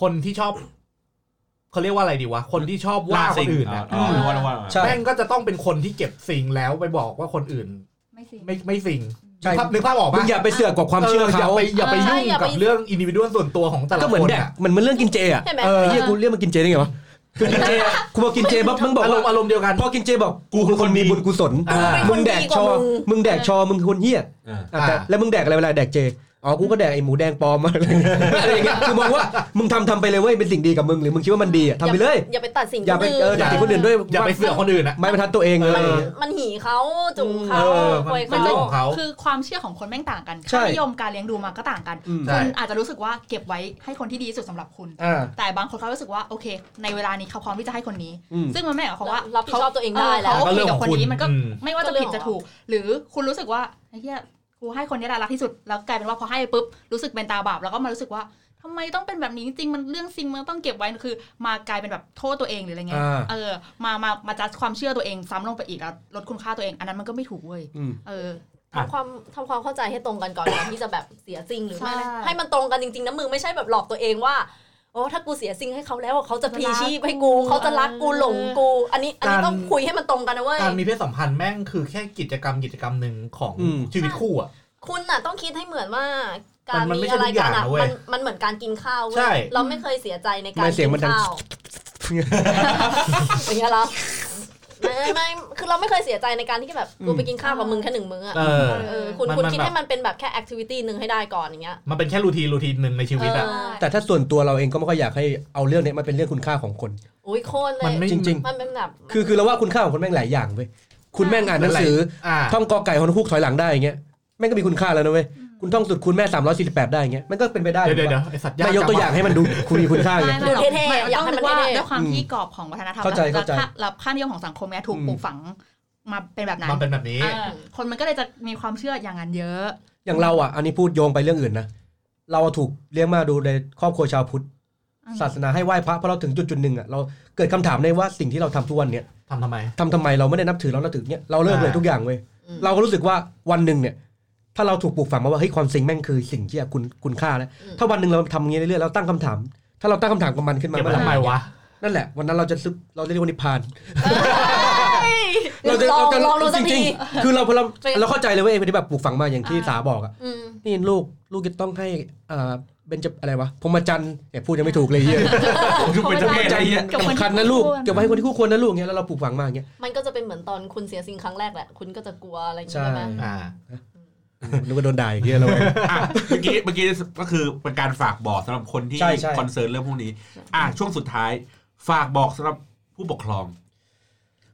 คนที่ชอบเขาเรียกว่าอะไรดีวะ คนที่ชอบว่าคนอื่นนะ อ๋อ อืม ว่าว่า ใช่ แม่งก็จะต้องเป็นคนที่เก็บสิ่งแล้วไปบอกว่าคนอื่น ไม่สิ ไม่ไม่สิ่ง ใช่ นึกภาพนึกภาพออก มึ ปะ งอย่าไปเสือกกับความเชื่อ อย่า เขา ไปอย่าไปยุ่งกับเรื่องอินดิวิดวลส่วนตัวของแต่ละ ก็เหมือน คน แดก อะ มันมันเรื่องกินเจอ่ะ ใช่ไหม เออ ไอ้เหี้ยกูเรียกมันกินเจได้ไงวะคือกินเจอะกูบอกกินเจปั๊บมึงบอก อาร ว่าม ณ์อารมณ์เดียวกัน พอกินเจบอกกูคือคนมีบุญกุศล อ่า มึงแดกชอ มึงแดกชอมึงคือคนเหี้ย อ่า อ่ะแต่ อ่า แล้วมึงแดกอะไรเวลาแดกเจอ๋อกูก็แดกไอ้หมูแดงปลอมอะไรอย่างเงี้ ยอะไรอย่างเงี้ยคือมองว่ามึงทำทำไปเลยเว้ยเป็นสิ่งดีกับมึงหรือมึงคิดว่ามันดีอ่ะทำไปเลย อย่าไปตัดสิน อย่าไป คนน เอออย่าไปคนอื่นด้วย อย่าไปเสือกคนอื่นอะ ไม้บรรทัดตัวเองเลย มันมันหีเขาจุ่มเขา เออมัน ควย มั เขา นเรื่องของเขา คือความเชื่อของคนแม่งต่างกัน ใช่ ค่านิยมการเลี้ยงดูมาก็ต่างกัน อืม ใช่ คุณอาจจะรู้สึกว่าเก็บไว้ให้คนที่ดีที่สุดสำหรับคุณ อ่า แต่บางคนเขารู้สึกว่าโอเค ในเวลานี้เขาพร้อมที่จะให้คนนี้ อืม ซึ่งมันไม่หมายความ ว่า ว่า รับผิดชอบตัวเองได้ เออ แล้วเขาโอเคก็เรื่อง กับ ของ คน คุณ นี้มันก็ อืม ไม่ว่าจะผิดจะถูก หรือคุณรู้สึกว่าไอ้เหี้ยกูให้คนนี้แหละรักที่สุดแล้วกลายเป็นว่าพอให้ปุ๊บรู้สึกเป็นตาบาปแล้วก็มารู้สึกว่าทำไมต้องเป็นแบบนี้จริงๆมันเรื่องจริงมันต้องเก็บไว้คือ มากลายเป็นแบบโทษตัวเองหรืออะไรเงี้ย อ่า เออมามามาจัดความเชื่อตัวเองซ้ำลงไปอีกแล้วลดคุณค่าตัวเอง อันนั้นมันก็ไม่ถูกเว้ย อืม เออ ทำความทำความเข้าใจให้ตรงกันก่อนก่อนที่จะ แบบเสียสิ่งหรือไม่อะไร ใช่ ให้มันตรงกันจริงๆนะมึงไม่ใช่แบบหลอกตัวเองว่าโอ้ถ้ากูเสียสิ่งให้เขาแล้วเขาจะพลีชีพให้กูเขาจะรักกูหลงกู อันนี้อันนี้ต้องคุยให้มันตรงกันนะเว้ย การมีเพศสัมพันธ์แม่งคือแค่กิจกรรมกิจกรรมหนึ่งของ อืม ชีวิตคู่อะ คุณน่ะต้องคิดให้เหมือนว่า การ มันมัน มี ไม่ใช่ อะไร ทุกอ กั ย่าน ง อ่ะ นะเว้ย มันมันเหมือนการกินข้าวเว้ ใช่ ยเราไม่เคยเสียใจในการ ไม่เสี กิ ยงมัน นดัง ข้ าวอย่างเงี้ยเหรอไม่ไม่คือเราไม่เคยเสียใจในการที่แบบกูไปกินข้าวกับมึงแค่หนึ่งมื้ออะ เออ เออคุณ มัน คุณ มัน คิด แบบ ให้มันเป็นแบบแค่แอคทิวิตี้หนึ่งให้ได้ก่อนอย่างเงี้ย มันเป็นแค่รูทีนรูทีนหนึ่งในชีวิตอะ เออ แต่ถ้าส่วนตัวเราเองก็ไม่ค่อยอยากให้เอาเรื่องเนี้ยมาเป็นเรื่องคุณค่าของคน อุ้ยโคตรเล มั ย นไม่ จริง ๆ มันเป็นแบบ คือคือเราว่าคุณค่าของคนแม่งหลายอย่างเว้ย คุณแม่งอ่านหนังสือ อ่า ท่องกอไก่ฮอนคุกถอยหลังได้อย่างเงี้ยแม่งก็มีคุณค่าแล้วนะเว้ยคุณท่องสุดคุณแม่ 348 ได้อย่างเงี้ยมันก็เป็นไปได้ เดี๋ยวเดี๋ยว ห เดี๋ รือเปล่าไม่ยวไอสัตว์ยกตัวอย่างให้มันดูคุณมีคุณค่าไง ไม่ไม่หรอก เท่ๆ ไม่ อยาก ต้อง ให้มั นึ น กว่า เท่ๆ ด้วยความ อืม ที่กรอบของวัฒนธรรม เข้าใจ และ เข้าใจ ค่รับค่านิยมของสังคมเนี้ยถูก อืม ปลูกฝังมาเป็นแบบนั้ มัน น เป็นแบบนี้ เออคนมันก็เลยจะมีความเชื่ออย่างนั้นเยอะ อย่างเราอ่ะอันนี้พูดโยงไปเรื่องอื่นนะเราถูกเลี้ยงมาดูในครอบครัวชาวพุทธ อืม ศาสนาให้ไหว้พระเพราะเราถึงจุดจุดหนึ่งอ่ะเราเกิดคำถามได้ว่าสิ่งที่เราทำทุกวันเนี่ย ทำทำไม ทำทำไมเราไม่ได้นับถือเรานับถือเนี่ยเราเลิกเลย อ่า ทุกอย่างเว้ย อืม เราก็รู้สึกว่าวันหนึ่งเนี่ย ถ้าเราถูกปลูกฝังมาว่าเฮ้ยความสิ่งแม่งคือสิ่งที่คุณคุณค่านะ อืม ถ้าวันหนึ่งเราทำอย่างนี้เรื่อยๆเราตั้งคำถาม ถ้าเราตั้งคำถามกับมันขึ้นมา เก็บ เมื่ ไว้ อไหร่ ทำไมวะ นั่นแหละวันนั้นเราจะซึกเราจะเรียกว่านิพพาน ลองลองดูสัก จทีริงๆคือเราพอเรา จริง เราเข้าใจเลยเว่าไอ้ที่แบบปลูกฝังมาอย่างที่สาบอกอะ อืม นี่ลูกลูกจะต้องให้เอ่อเบญจอะไรวะพรหมจันทร์เนี่ยพูดยังไม่ถูกเลยเฮีย ผมทุกเป็นเจ้าเพศ จัน ไอ้ ท เหี้ย ร์สำคัญนะลูกเก็บไว้ให้คนที่คู่ควรนะลูกเนี่ยแล้วเราปลูกฝังมาอย่างเงี้ย มันก็จะเป็นเหมือนตอนคุณเสียสิ่งครั้งแรกแหละ คุณก็จะกลัวอะไรอย่างเงี้ยใช่ใช่ไหม อ่า นึกว่าโดนด่าอย่างเงี้ยเรา อ่ะเมื่อกี้เมื่อกี้ก็คือเป็นการฝากบอกสำหรับคนที่ ใช่ใช่ คอนเซิร์นเรื่องพวกนี้ อ่ะช่วงสุดท้ายฝากบอกสำหรับผู้ปกครอง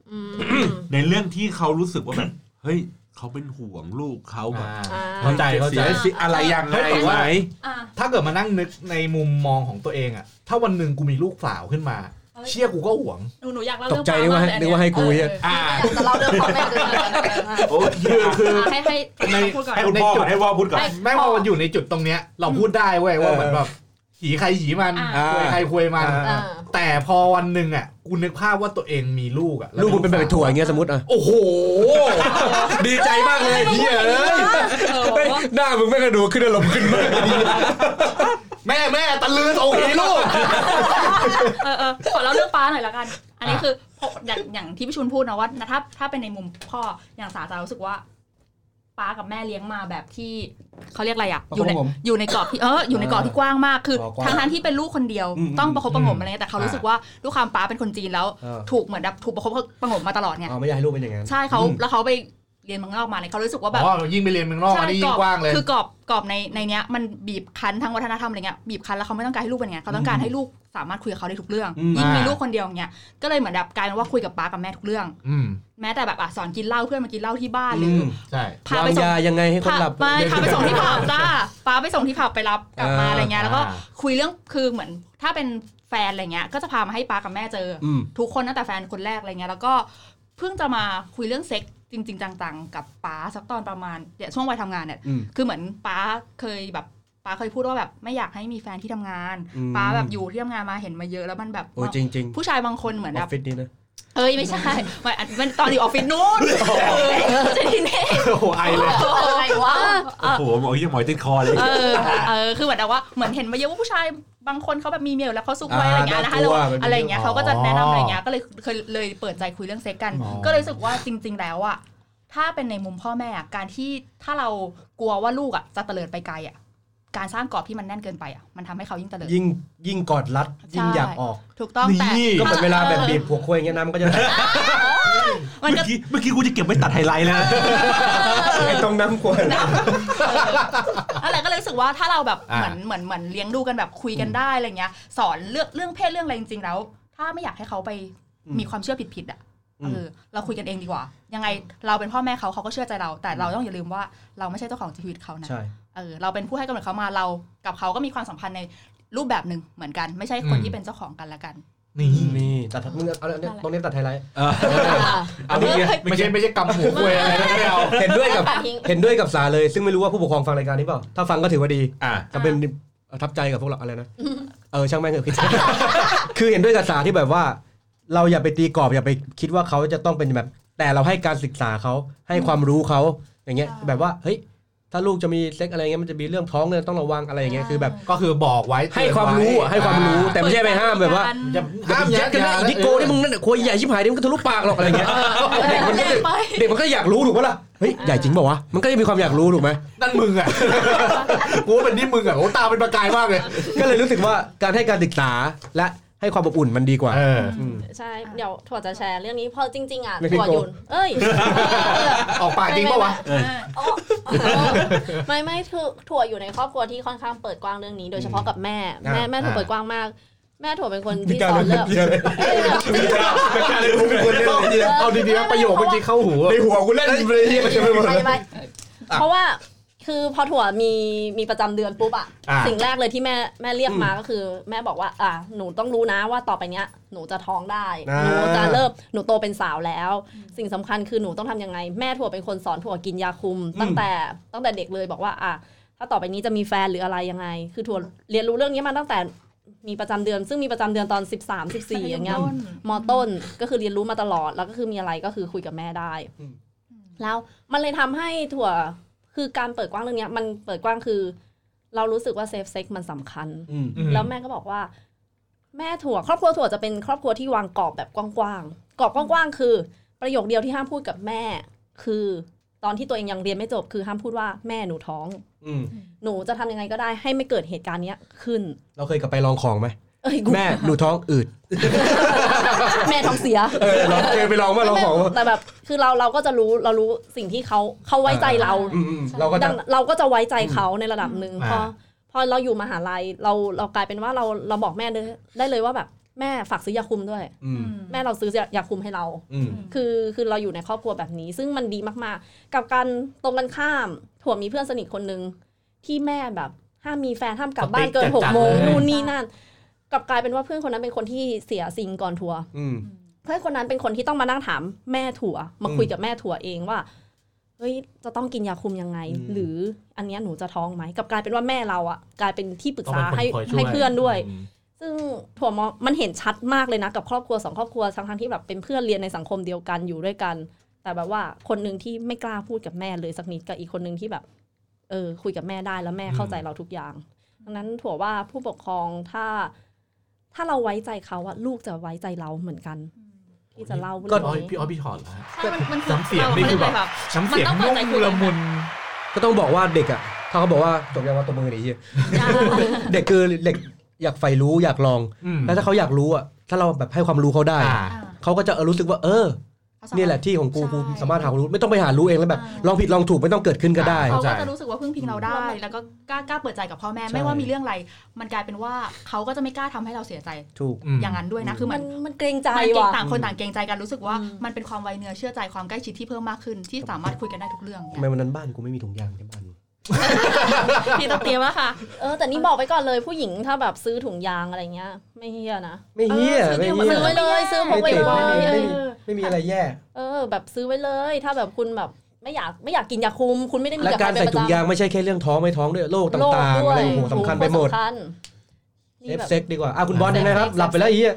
อืม ในเรื่องที่เขารู้สึกว่าแบบ เฮ้ยเขาเป็นห่วงลูกเขาแบบ อ่า เข้าใจเข้าสีใจยสิอะไรยังไง เฮ้ยแต่ ไห ว่า ม อ่ะ ถ้าเกิดมานั่งนึกในมุมมองของตัวเองอะถ้าวันหนึ่งกูมีลูกสาวขึ้นมา เอ้ย เชี่ยกูก็หวง หนูหนูอยากเล่า ต เรื่ ก อง ใจนึกว่า ปลมลยอั นึกว่าให้กูเฮีย อ่า แต่เราเดินของแม่เกิน โอ้ คือคือ อ่ะให้ให้ ใน พูดก่อน ให้คุณพ่อก่อนให้พ่อพูดก่อน ไม่ แม่งพอมันอยู่ในจุดตรงเนี้ย เราพูดได้เว้ยว่าเหมือนแบบหีใครหีมัน อ่า คุยใครคุยมัน อ่า อ่า แต่พอวันหนึ่งอะกูนึกภาพว่าตัวเองมีลูกอะแว ลูกมันเป็นแบบถั่วอย่างเงี้ยสมมติอ่ะ โอ้โห ดีใจมากเลยเฮียเอ้ย เออ เฮ้ยหน้ามึงไม่กระดูกขึ้นอารมณ์ขึ้นมาก แม่แม่ตะลือโอ้โหลูก เออเออขอเล่าเรื่องป้าหน่อยละกัน อันนี้ อ่ะ คือพออย่างอย่างที่พี่ชุนพูดนะว่าถ้าถ้าเป็นในมุมพ่ออย่างสาจะรู้สึกว่าป้ากับแม่เลี้ยงมาแบบที่เขาเรียกอะไรอ่ะ ประคอยู่ บ ใน ประหงม อยู่ในกรอบที่เอออยู่ในกรอบที่กว้างมากคือ อ๋อกว้าง ทั้งทั้งที่เป็นลูกคนเดียว อืม ต้องประคบประหงม อืม อะไรเงี้ยแต่เขารู้สึกว่าด้วยความป้าเป็นคนจีนแล้ว เออ ถูกเหมือนแบบถูกประคบประหงมมาตลอดไง เอาไม่อยากให้ลูกเป็นอย่างนั้น ใช่เขาแล้วเขาไปเรียนเมืองนอกมาเนี่ยเขารู้สึกว่าแบบ อ๋อยิ่งไปเรียนเมืองนอกอันนี้ยิ่งกว้างเลย คือกรอบกรอบในในเนี้ยมันบีบคั้นทั้งวัฒนธรรมอะไรเงี้ยบีบคั้นแล้วเขาไม่ต้องการให้ลูกเป็นไงเขาต้องการให้ลูกสามารถคุยกับเขาได้ทุกเรื่อง อืม ยิ่งมี อ่า ลูกคนเดียวเนี้ยก็เลยเหมือนแบบกลายเป็นว่าคุยกับป้ากับแม่ทุกเรื่อง อืม แม้แต่แบบอ่ะสอนกินเหล้าเพื่อนมากินเหล้าที่บ้านหรื อื อ ม อ ใช่ พาว าง ไปส่ง ยายังไงให้คน พา หลับ ไม่พาไปส่งที่ผับจ้าป้าไปส่งที่ผับไปรับกลับมา อ่า อะไรเงี้ยแล้วก็ อ่า คุยเรื่องคือเหมือนถ้าเป็นแฟนอะไรเงี้ยก็จะพามาให้ป้ากับแม่เจออ อืม ทุกคนตั้งแต่แฟนคนแรกอะไรเงี้ยแล้วก็เพิ่งจะมาคุยเรื่องเซ็กส์จริง ๆ จัง ๆ กับป้าสักตอนประมาณเนี่ยช่วงวัยทำงานเนี่ย อืม คือเหมือนป้าเคยแบบป้าเคยพูดว่าแบบไม่อยากให้มีแฟนที่ทำงาน อืม ป้าแบบอยู่ที่ทำงานมาเห็นมาเยอะแล้วมันแบบ โอ้จริงจริงๆ ผู้ชายบางคนเหมือน อ แบ อบฟฟิศนี้นะ เอ้ยไม่ใช่ ไม่อันมันตอนอยู่ออฟฟิศนู้นเออ จะที่นี่ โอ้โหไอเลย อะไรวะ เอ โอ้ อ โหหมอยี่หมอยติดคอเลย เออเออคือเหมือนแบบว่าเหมือนเห็นมาเยอะว่าผู้ชายบางคนเขาแบบมีเมียอยู่แล้วเขาซุกไว้อะไรอย่างเงี้ยนะคะ อ่าน่ากลัว แล้มันวเป็น อะไรอย่างเงี้ย เรื่อง เขาก็จะแนะ อ๋ นำ ออ อะไรอย่างเงี้ยก็เลยเคยเลยเปิดใจคุยเรื่องเซ็กกัน อ๋อ ก็เลยรู้สึกว่าจริง ๆ แล้วอะถ้าเป็นในมุมพ่อแม่อะการที่ถ้าเรากลัวว่าลูกอะจะเตลิดไปไกลอะการสร้างกรอบที่มันแน่นเกินไปอะมันทำให้เขายิ่งเตลิด ยิ่งยิ่งกอดรัด ยิ่งอยากออก ถูกต้องแต่ นี่ ก็เหมือนเวลาแบบบีบหัวคุยอย่างเงี้ยน้ำก็จะ มัน เมื่ ก็ อกี้เมื่อกี้กูจะเก็บไว้ตัดไฮไลท์แล้ว ไอ้ตรงน้ำควร อะไรก็เลยรู้สึกว่าถ้าเราแบบ อ่า เหมือนเหมือนเหมือนเลี้ยงดูกันแบบคุยกันได้อะไรเงี้ย สอนเรื่องเรื่องเพศเรื่องอะไรจริงๆแล้ว ถ้าไม่อยากให้เขาไป อืม มีความเชื่อผิดๆอ่ะ อืม เออเราคุยกันเองดีกว่า ยังไงเราเป็นพ่อแม่เขาเขาก็เชื่อใจเรา แต่เราต้องอย่าลืมว่าเราไม่ใช่เจ้าของชีวิตเขานะ ใช่ เออเราเป็นผู้ให้กำเนิดเขามาเรากับเขาก็มีความสัมพันธ์ในรูปแบบหนึ่งเหมือนกัน ไม่ใช่คน อืม ที่เป็นเจ้าของกันละกัน นี่ มีตัดมึงเอาเนี่ยตรงนี้ตัดไฮไลท์ อันนี้ เออ ไม่ใช่ไม่ใช่กำหัวคุยอะไรนะไม่เอา เห็นด้วยกับ ตัดทิ้ง เห็นด้วยกับสาเลย ซึ่งไม่รู้ว่าผู้ปกครองฟังรายการนี้เปล่า ถ้าฟังก็ถือว่าดี อ่ะ แต่เป็นประทับใจกับพวกเราอะไรนะเออช่างแม่งเถอะคิด คือเห็นด้วยกับสาที่แบบว่า เราอย่าไปตีกรอบอย่าไปคิดว่าเขาจะต้องเป็นแบบ แต่เราให้การศึกษาเขาให้ความรู้เขาอย่างเงี้ย ใช่ แบบว่าเฮ้ยถ้าลูกจะมีเซ็กอะไรเงี้ยมันจะมีเรื่องท้องเนี่ยต้องระวังอะไรอย่างเงี้ยคือแบบ ก็คือบอกไว้ ให้ความรู้อ่ะให้ความรู้แต่ไม่ใช่ไปห้ามแบบว่า อย่า ห้า ห้าม ม ยั ยั ด ด กัน น นะ นะ อี อี นิโก้นี่มึงนั่นน่ะควยใหญ่ชิบหายนี่มึงก็ทะลุปากหรอกอะไรเงี้ยเด็กมันก็เลย ไป เด็กมันก็อยากรู้ถูกปะล่ะเฮ้ยใหญ่จริงเปล่าวะมันก็ยังมีความอยากรู้ถูกไหม นั่นมึงอ่ะ กูว่าเป็นนี่มึงอ่ะโอ้ตาเป็นประกายมากเลย ก็เลยรู้สึกว่าการให้การศึกษาและให้ความอบอุ่นมันดีกว่า เออ อืม ใช่ เดี๋ยวถั่วจะแชร์เรื่องนี้เพราะจริง ๆ อ่ะ ไม่ใช่ ถั่ว โก อยุนเอ้ย ออกปากจริงปะวะ เออ โอ้ไม่ไม่ถั่วถั่วอยู่ในครอบครัวที่ค่อนข้างเปิดกว้างเรื่องนี้ โดยเฉพาะกับแม่ แม่ อ่า แม่ถูก อ่า เปิดกว้างมาก แม่ถั่วเป็นคน มี ที่ การ สอ เล่ น น เลือก เพี้ยเลย เป็นการเลย มึงควรเล่นเพี้ย เอาดีๆนะประโยคเมื่อกี้เข้าหูอะ ในหัวกูเล่นเพี้ยไปหมด ไป เลย ไปเพราะว่าคือพอถั่วมีมีประจำเดือนปุ๊บอะ อ่ะ สิ่งแรกเลยที่แม่แม่เรียกมาก็คือ แม่บอกว่า อ่ะหนูต้องรู้นะว่าต่อไปเนี้ย หนูจะท้องได้หนูจะเริ่มหนูโตเป็นสาวแล้ว สิ่งสำคัญคือหนูต้องทำยังไง แม่ถั่วเป็นคนสอนถั่วกินยาคุม ตั้งแต่ตั้งแต่เด็กเลยบอกว่า อ่ะถ้าต่อไปนี้จะมีแฟนหรืออะไรยังไง คือถั่วเรียนรู้เรื่องนี้มาตั้งแต่มีประจำเดือน ซึ่งมีประจำเดือนตอน 13 14อย่างเงี้ย มอต้นก็คือเรียนรู้มาตลอดแล้วก็คือมีอะไรก็คือคุยกับแม่ได้ อืม แล้วมันเลยทำให้ถั่วคือการเปิดกว้างเรื่องเนี้ย มันเปิดกว้างคือ เรารู้สึกว่าเซฟเซ็กมันสำคัญ อืม อืม แล้วแม่ก็บอกว่า แม่ถั่ว ครอบครัวถั่วจะเป็นครอบครัวที่วางกรอบแบบกว้างๆกรอบกว้างๆคือ ประโยคเดียวที่ห้ามพูดกับแม่ คือ ตอนที่ตัวเองยังเรียนไม่จบคือห้ามพูดว่าแม่หนูท้อง อืม หนูจะทำยังไงก็ได้ให้ไม่เกิดเหตุการณ์เนี้ยขึ้น เราเคยกลับไปลองของไหม เอ้ยกู แม่หนูท้องอืด แม่ท้องเสีย เออเราเคยไปลองว่าลอง ไม่ ของ ไม่ ว่า แต่แบบคือเราเราก็จะรู้เรารู้สิ่งที่เขาเขาไว้ใจเรา อืมอืมเราก็ ดั จะ งเราก็จะไว้ใจเขาในระดับหนึ่ง อืม พอ อ่า พอเราอยู่มหาลัยเราเรากลายเป็นว่าเราเราบอกแม่ได้ได้เลยว่าแบบแม่ฝากซื้อยาคุมด้วย อืม แม่เราซื้อยายาคุมให้เรา อืม คือคือเราอยู่ในครอบครัวแบบนี้ ซึ่งมันดีมากๆ กับการตรงกันข้ามถั่วมีเพื่อนสนิทคนหนึ่งที่แม่แบบห้ามมีแฟนห้ามกลับบ้านเกินหกโมง จัดๆเลย นู่นนี่นั่นกลับกลายเป็นว่าเพื่อนคนนั้นเป็นคนที่เสียซิงก่อนทัวร์ อืม เพื่อนคนนั้นเป็นคนที่ต้องมานั่งถามแม่ถั่ว มา อืม คุยกับแม่ถั่วเองว่าเฮ้ยจะต้องกินยาคุมยังไง อืม หรืออันเนี้ยหนูจะท้องไหมกลับกลายเป็นว่าแม่เราอะกลายเป็นที่ปรึก ต้อง ษา เป็นคน ให้ คอยช่วย ให้เพื่อนด้วย ซึ่งถั่วมองมันเห็นชัดมากเลยนะกับครอบครัวสองครอบครัวทั้งทั้งๆที่แบบเป็นเพื่อนเรียนในสังคมเดียวกันอยู่ด้วยกัน แต่แบบว่าคนหนึ่งที่ไม่กล้าพูดกับแม่เลยสักนิดกับอีกคนหนึ่งที่แบบ เออ คุยกับแม่ได้แล้วแม่เข้าใจเราทุกอย่างดังนั้นถั่วว่าผู้ปกครองถ้า ถ้าเราไว้ใจเขาอะลูกจะไว้ใจเราเหมือนกัน ที่จะเล่า ก็ เรื่อง อ้อย นี้ พี่อ้อยพี่ถอดแล้ว ใช่มันมันคือ น้ำเสียง รา นี่คือแบบ มันเลย น้ำเสียง มันต้องเปิดนุ่ม ใจคุย ละมุน ก็ต้องบอกว่าเด็กอ่ะถ้าเขาบอกว่าจบยังว่าตัวมือไหนเฮียเด็กคือเด็กอยากใฝ่รู้อยากลอง อืม แล้วถ้าเขาอยากรู้อ่ะถ้าเราแบบให้ความรู้เขาได้ อ่า อะเขาก็จะเออรู้สึกว่าเออ อาส เนี่ยแหละที่ของกู ใช่ กูสามารถหาความรู้ไม่ต้องไปหารู้เองแล้วแบบลองผิดลองถูกไม่ต้องเกิดขึ้นก็ได้ เขา เข้าใจ ก็จะรู้สึกว่าพึ่งพิงเราได้ แล้วก็กล้ากล้าเปิดใจกับพ่อแม่ ใช่ ไม่ว่ามีเรื่องอะไร มันกลายเป็นว่าเขาก็จะไม่กล้าทำให้เราเสียใจ ถูก อืม อย่างนั้นด้วยนะคือเหมั มัน น มันเกรงใจ มันเกรง ว่ะ ต่างคนต่างเกรงใจกันรู้สึกว่า อืม มันเป็นความไวเนื้อเชื่อใจความใกล้ชิดที่เพิ่มมากขึ้นที่สามารถคุยกันได้ทุกเรื่อง ทำไมวันนั้นบ้านกูไม่มีถุงยางในบ้าน พี่ตะเตียมอะค่ะ เออแต่นี่บอกไปก่อนเลยผู้หญิงถ้าแบบซื้อถุงยางอะไรเงี้ย ไม่เฮียนะ ไม่เฮีย เออ ไม่ ออ เฮี ซื้ ย อไว้เลยซื้อพกไว้ไว้ ไม่ติดไม่ เออติด ไม่มีอะไรแย่ เออ แบบซื้อไว้เลย ถ้าแบบคุณแบบไม่อยากไม่อยากกินยาคุม คุณไม่ได้มี และ กับ การ ใค ใส่ เป็นประ ถุง จำ ยางไม่ใช่แค่เรื่องท้องไม่ท้องด้วยโรคต่าง โรค ๆ ด้ว อะไร ย โอ้โหสำคัญไปหมด สำคัญ เซ นี่ ฟ แบบ เซ็กดีกว่าอ่ะคุณบอลยังไงครับ หลับไปแล้วไอ้เฮีย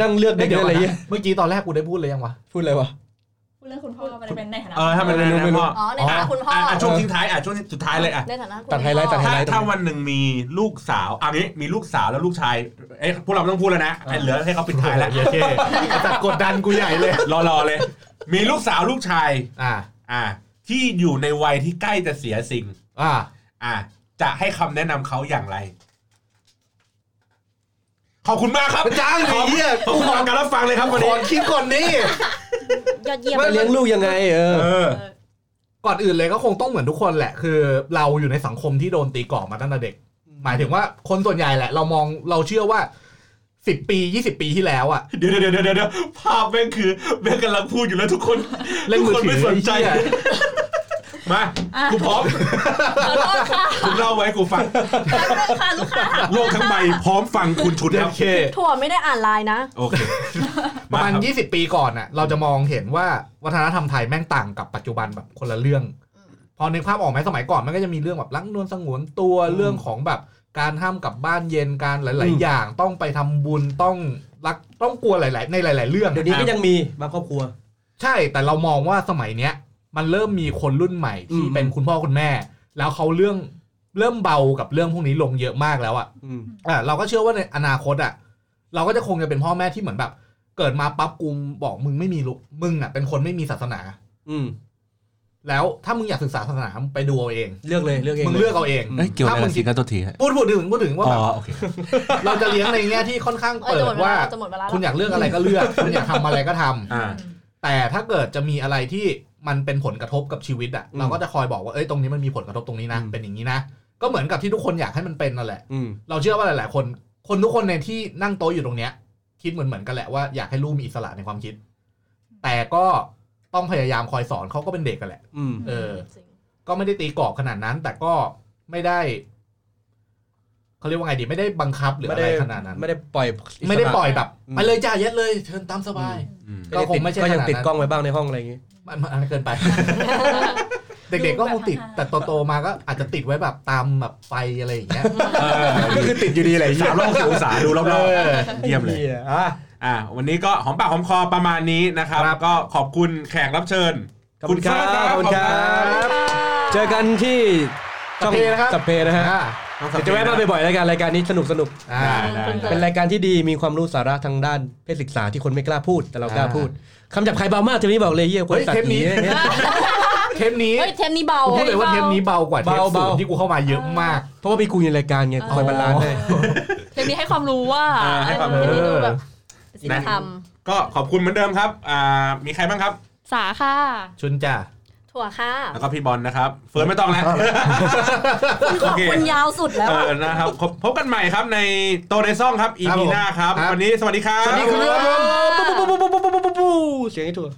นั่งเลือกเด็ก เดี๋ยว เลือกอะไร ก่อน เฮีย นะเมื่อกี้ตอนแรกกูได้พูดเลยยังวะ พูดอะไรวะ พูดเรื่องคุณพ่อมันจะเป็นในฐานะ เออถ้ามันนั้นนะพ่อ อ๋อในฐานะคุณพ่ออ่ ะะช่วงทิ้งท้ายอ่ะช่วงสุดท้ายเลยอ่ะ ในฐานะคุณ ตัดไฮไลท์ตัดไฮ ถ้า ไลท์ ตรงนี้ ถ้าวันหนึ่งมีลูกสาวอันนี้มีลูกสาวแล้วลูกชายเอ้ยพวกเราไม่ต้องพูดแล้วนะเหลือให้เขาปิดท้ายแล้ว โอเคแต่กดดันกูใหญ่เลย ร อรอเลย มีลูกสาวลูกชาย อ่า อ่า ที่อยู่ในวัยที่ใกล้จะเสียสิ่ง อ่า อ่า จะให้คำแนะนำเขาอย่างไร ขอบคุณมากครับ จ้างไอ้เหี้ย ขอบคุณสำหรับการรับฟังเลยครับวัน ข นี้ อคิดก่อนนี่ ยอดเยี่ยม จะเลี้ยงลูกยังไงเออ เออ ก่อนอื่นเลยก็คงต้องเหมือนทุกคนแหละ คือเราอยู่ในสังคมที่โดนตีกรอบมาตั้งแต่เด็ก หมายถึงว่าคนส่วนใหญ่แหละ เรามองเราเชื่อว่าสิบปียี่สิบปีที่แล้วอะ เดี๋ยวเดี๋ยวเดี๋ยวเดี๋ยวภาพแม่งคือแม่งกำลังพูดอยู่แล้วทุกคน เล่นมือ ทุกค ถื ไม่ อ สนใจ ไอ้เหี้ย มา อ่ะ กูพร้อม ขอโทษค่ะ คุณเล่าไว้กูฟัง ขอโทษค่ะลูกค้า โลกทั้งใบพร้อมฟังคุณชุดค โอ รับ เค ถั่วไม่ได้อ่านไลน์นะ โอเค ประมาณ คบ ยี่สิบปีก่อนน่ะเราจะมองเห็นว่าวัฒนธรรมไทยแม่งต่างกับปัจจุบันแบบคนละเรื่อง พอนึกภาพออกไหมสมัยก่อนมันก็จะมีเรื่องแบบลังนวลสงวนตัวเรื่องของแบบการห้ามกลับบ้านเย็นการหลาย อืม ๆ อย่างต้องไปทำบุญต้องรักต้องกลัวหลาย ๆ ในหลาย ๆ เรื่อง เดี๋ยวนี้ก็ อ่ะ ยังมีบางครอบครัว ใช่แต่เรามองว่าสมัยเนี้ยมันเริ่มมีคนรุ่นใหม่ที่ อืม เป็นคุณพ่อคุณแม่ แล้วเขาเรื่องเริ่มเบากับเรื่องพวกนี้ลงเยอะมากแล้วอ่ะ อืม อ่ะเราก็เชื่อว่าในอนาคตอ่ะเราก็จะคงจะเป็นพ่อแม่ที่เหมือนแบบ เกิดมาปั๊บกูบอกมึงไม่มีลูกมึงอ่ะเป็นคนไม่มีศาสนา อืม แล้วถ้ามึงอยากศึกษาศาสนามึงไปดูเอาเอง เลือกเลยเลือกเอง มึงเลือกเอาเอง เกี่ยวอะไร ถ้ากัมึบ ง สิงคโปร์ทีฮะ พูดพูดถึงพูดถึงว่า อ๋ แบ อบ โอเค เราจะเลี้ยงในแง่ที่ค่อนข้าง เออจะเปิด หมดเว ว่า ลาจะหมดเวลาแล้ว คุณอยากเลือกอะไรก็เลือก คุณอยากทำอะไรก็ทำ อ่า แต่ถ้าเกิดจะมีอะไรที่มันเป็นผลกระทบกับชีวิตอ่ะเราก็จะคอยบอกว่าเอ้ยตรงนี้มันมีผลกระทบตรงนี้นะเป็นอย่างนี้นะก็เหมือนกับที่ทุกคนอยากให้มันเป็นนั่นแหละ อืม เราเชื่อว่าหลาย ๆ คน คนทุกคนในที่นั่งโต๊ะอยู่ตรงเนี้ย คิดเหมือนเหมือนๆกันแหละว่าอยากให้ลูกมีอิสระในความคิด แต่ก็ต้องพยายามคอยสอนเขาก็เป็นเด็กกันแหละ อืม เออ จริง ก็ไม่ได้ตีกรอบขนาดนั้น แต่ก็ไม่ได้เขาเรียกว่าไงดีไม่ได้บังคับหรืออะไรขนาดนั้น ไม่ได้ปล่อยสระ ไม่ได้ปล่อยแบบ อืม ไปเลยจ้าเย็ดเลยเชิญตามสบาย อืม ก็คงไม่ใช่ ก็ยัง ขนาดนั้น ติดกล้องไว้บ้างในห้องอะไรอย่างงี้ มันมันอันนั้นเกินไป เด็กๆก็คงติด แต่โตๆมาก็อาจจะติดไว้แบบตามแบบไฟอะไรอย่างเงี้ย เออก็คือติดอยู่ดีเลยสามรอบองศาดูรอบ เออ ๆเยี่ยมเลย หี้อ่ะ อ่ะวันนี้ก็หอมปากหอมคอประมาณนี้นะครับ ครับ ก็ขอบคุณแขกรับเชิญ ขอบคุณครั เฟิ บ ส ขอบคุณครั ขอบ เจอกันที่ สัปเพนะครับ สัปเพนะฮะ อ่า คุณค เดี๋ รั ย บ วจะแวะมาบ่อยๆรายการรายการนี้สนุกสนุก อ่า ได้ได้ คุณ ได้ เกิ เป็ ด นรายการที่ดีมีความรู้สาระทางด้านเพศศึกษาที่คนไม่กล้าพูด แต่เรากล้าพูดคำจับใครเบามากทีนี้บอกเลยเฮียคน เฮ้ย สัต เทป ว์ห นี้ นีเนี่ย เทปนี้ เฮ้ยเทมนี้เบา กูพูดเลยว่าเทปนี้เบากว่าเทป เบา สู ๆ ที่กูเข้ามาเยอะมาก เพราะว่ามีกูอยู่ในรายการไงคอยบาลานซ์ให้ เทปนี้ให้ความรู้ว่า อ่าให้ความรู้ เออ เออ ศิลธรรม ก็ขอบคุณเหมือนเดิมครับอ่ามีใครบ้างครับ สาค่ะ ชุนจ้า ถั่วค่ะ แล้วก็พี่บอลนะครับเฟิร์นไม่ต้องแล้ว คุณขอบคุณยาวสุดแล้ว เอ อะ อนะครับพบพบกันใหม่ครับในโตในซ่องครับ EP หน้าครับ วันนี้สวัสดีครับ สวัสดีครับ ปุ๊บปุ๊บปุ๊บปุ๊บปุ๊บปุ๊บปุ๊บปุ๊บเสียงไอ้ถั่ว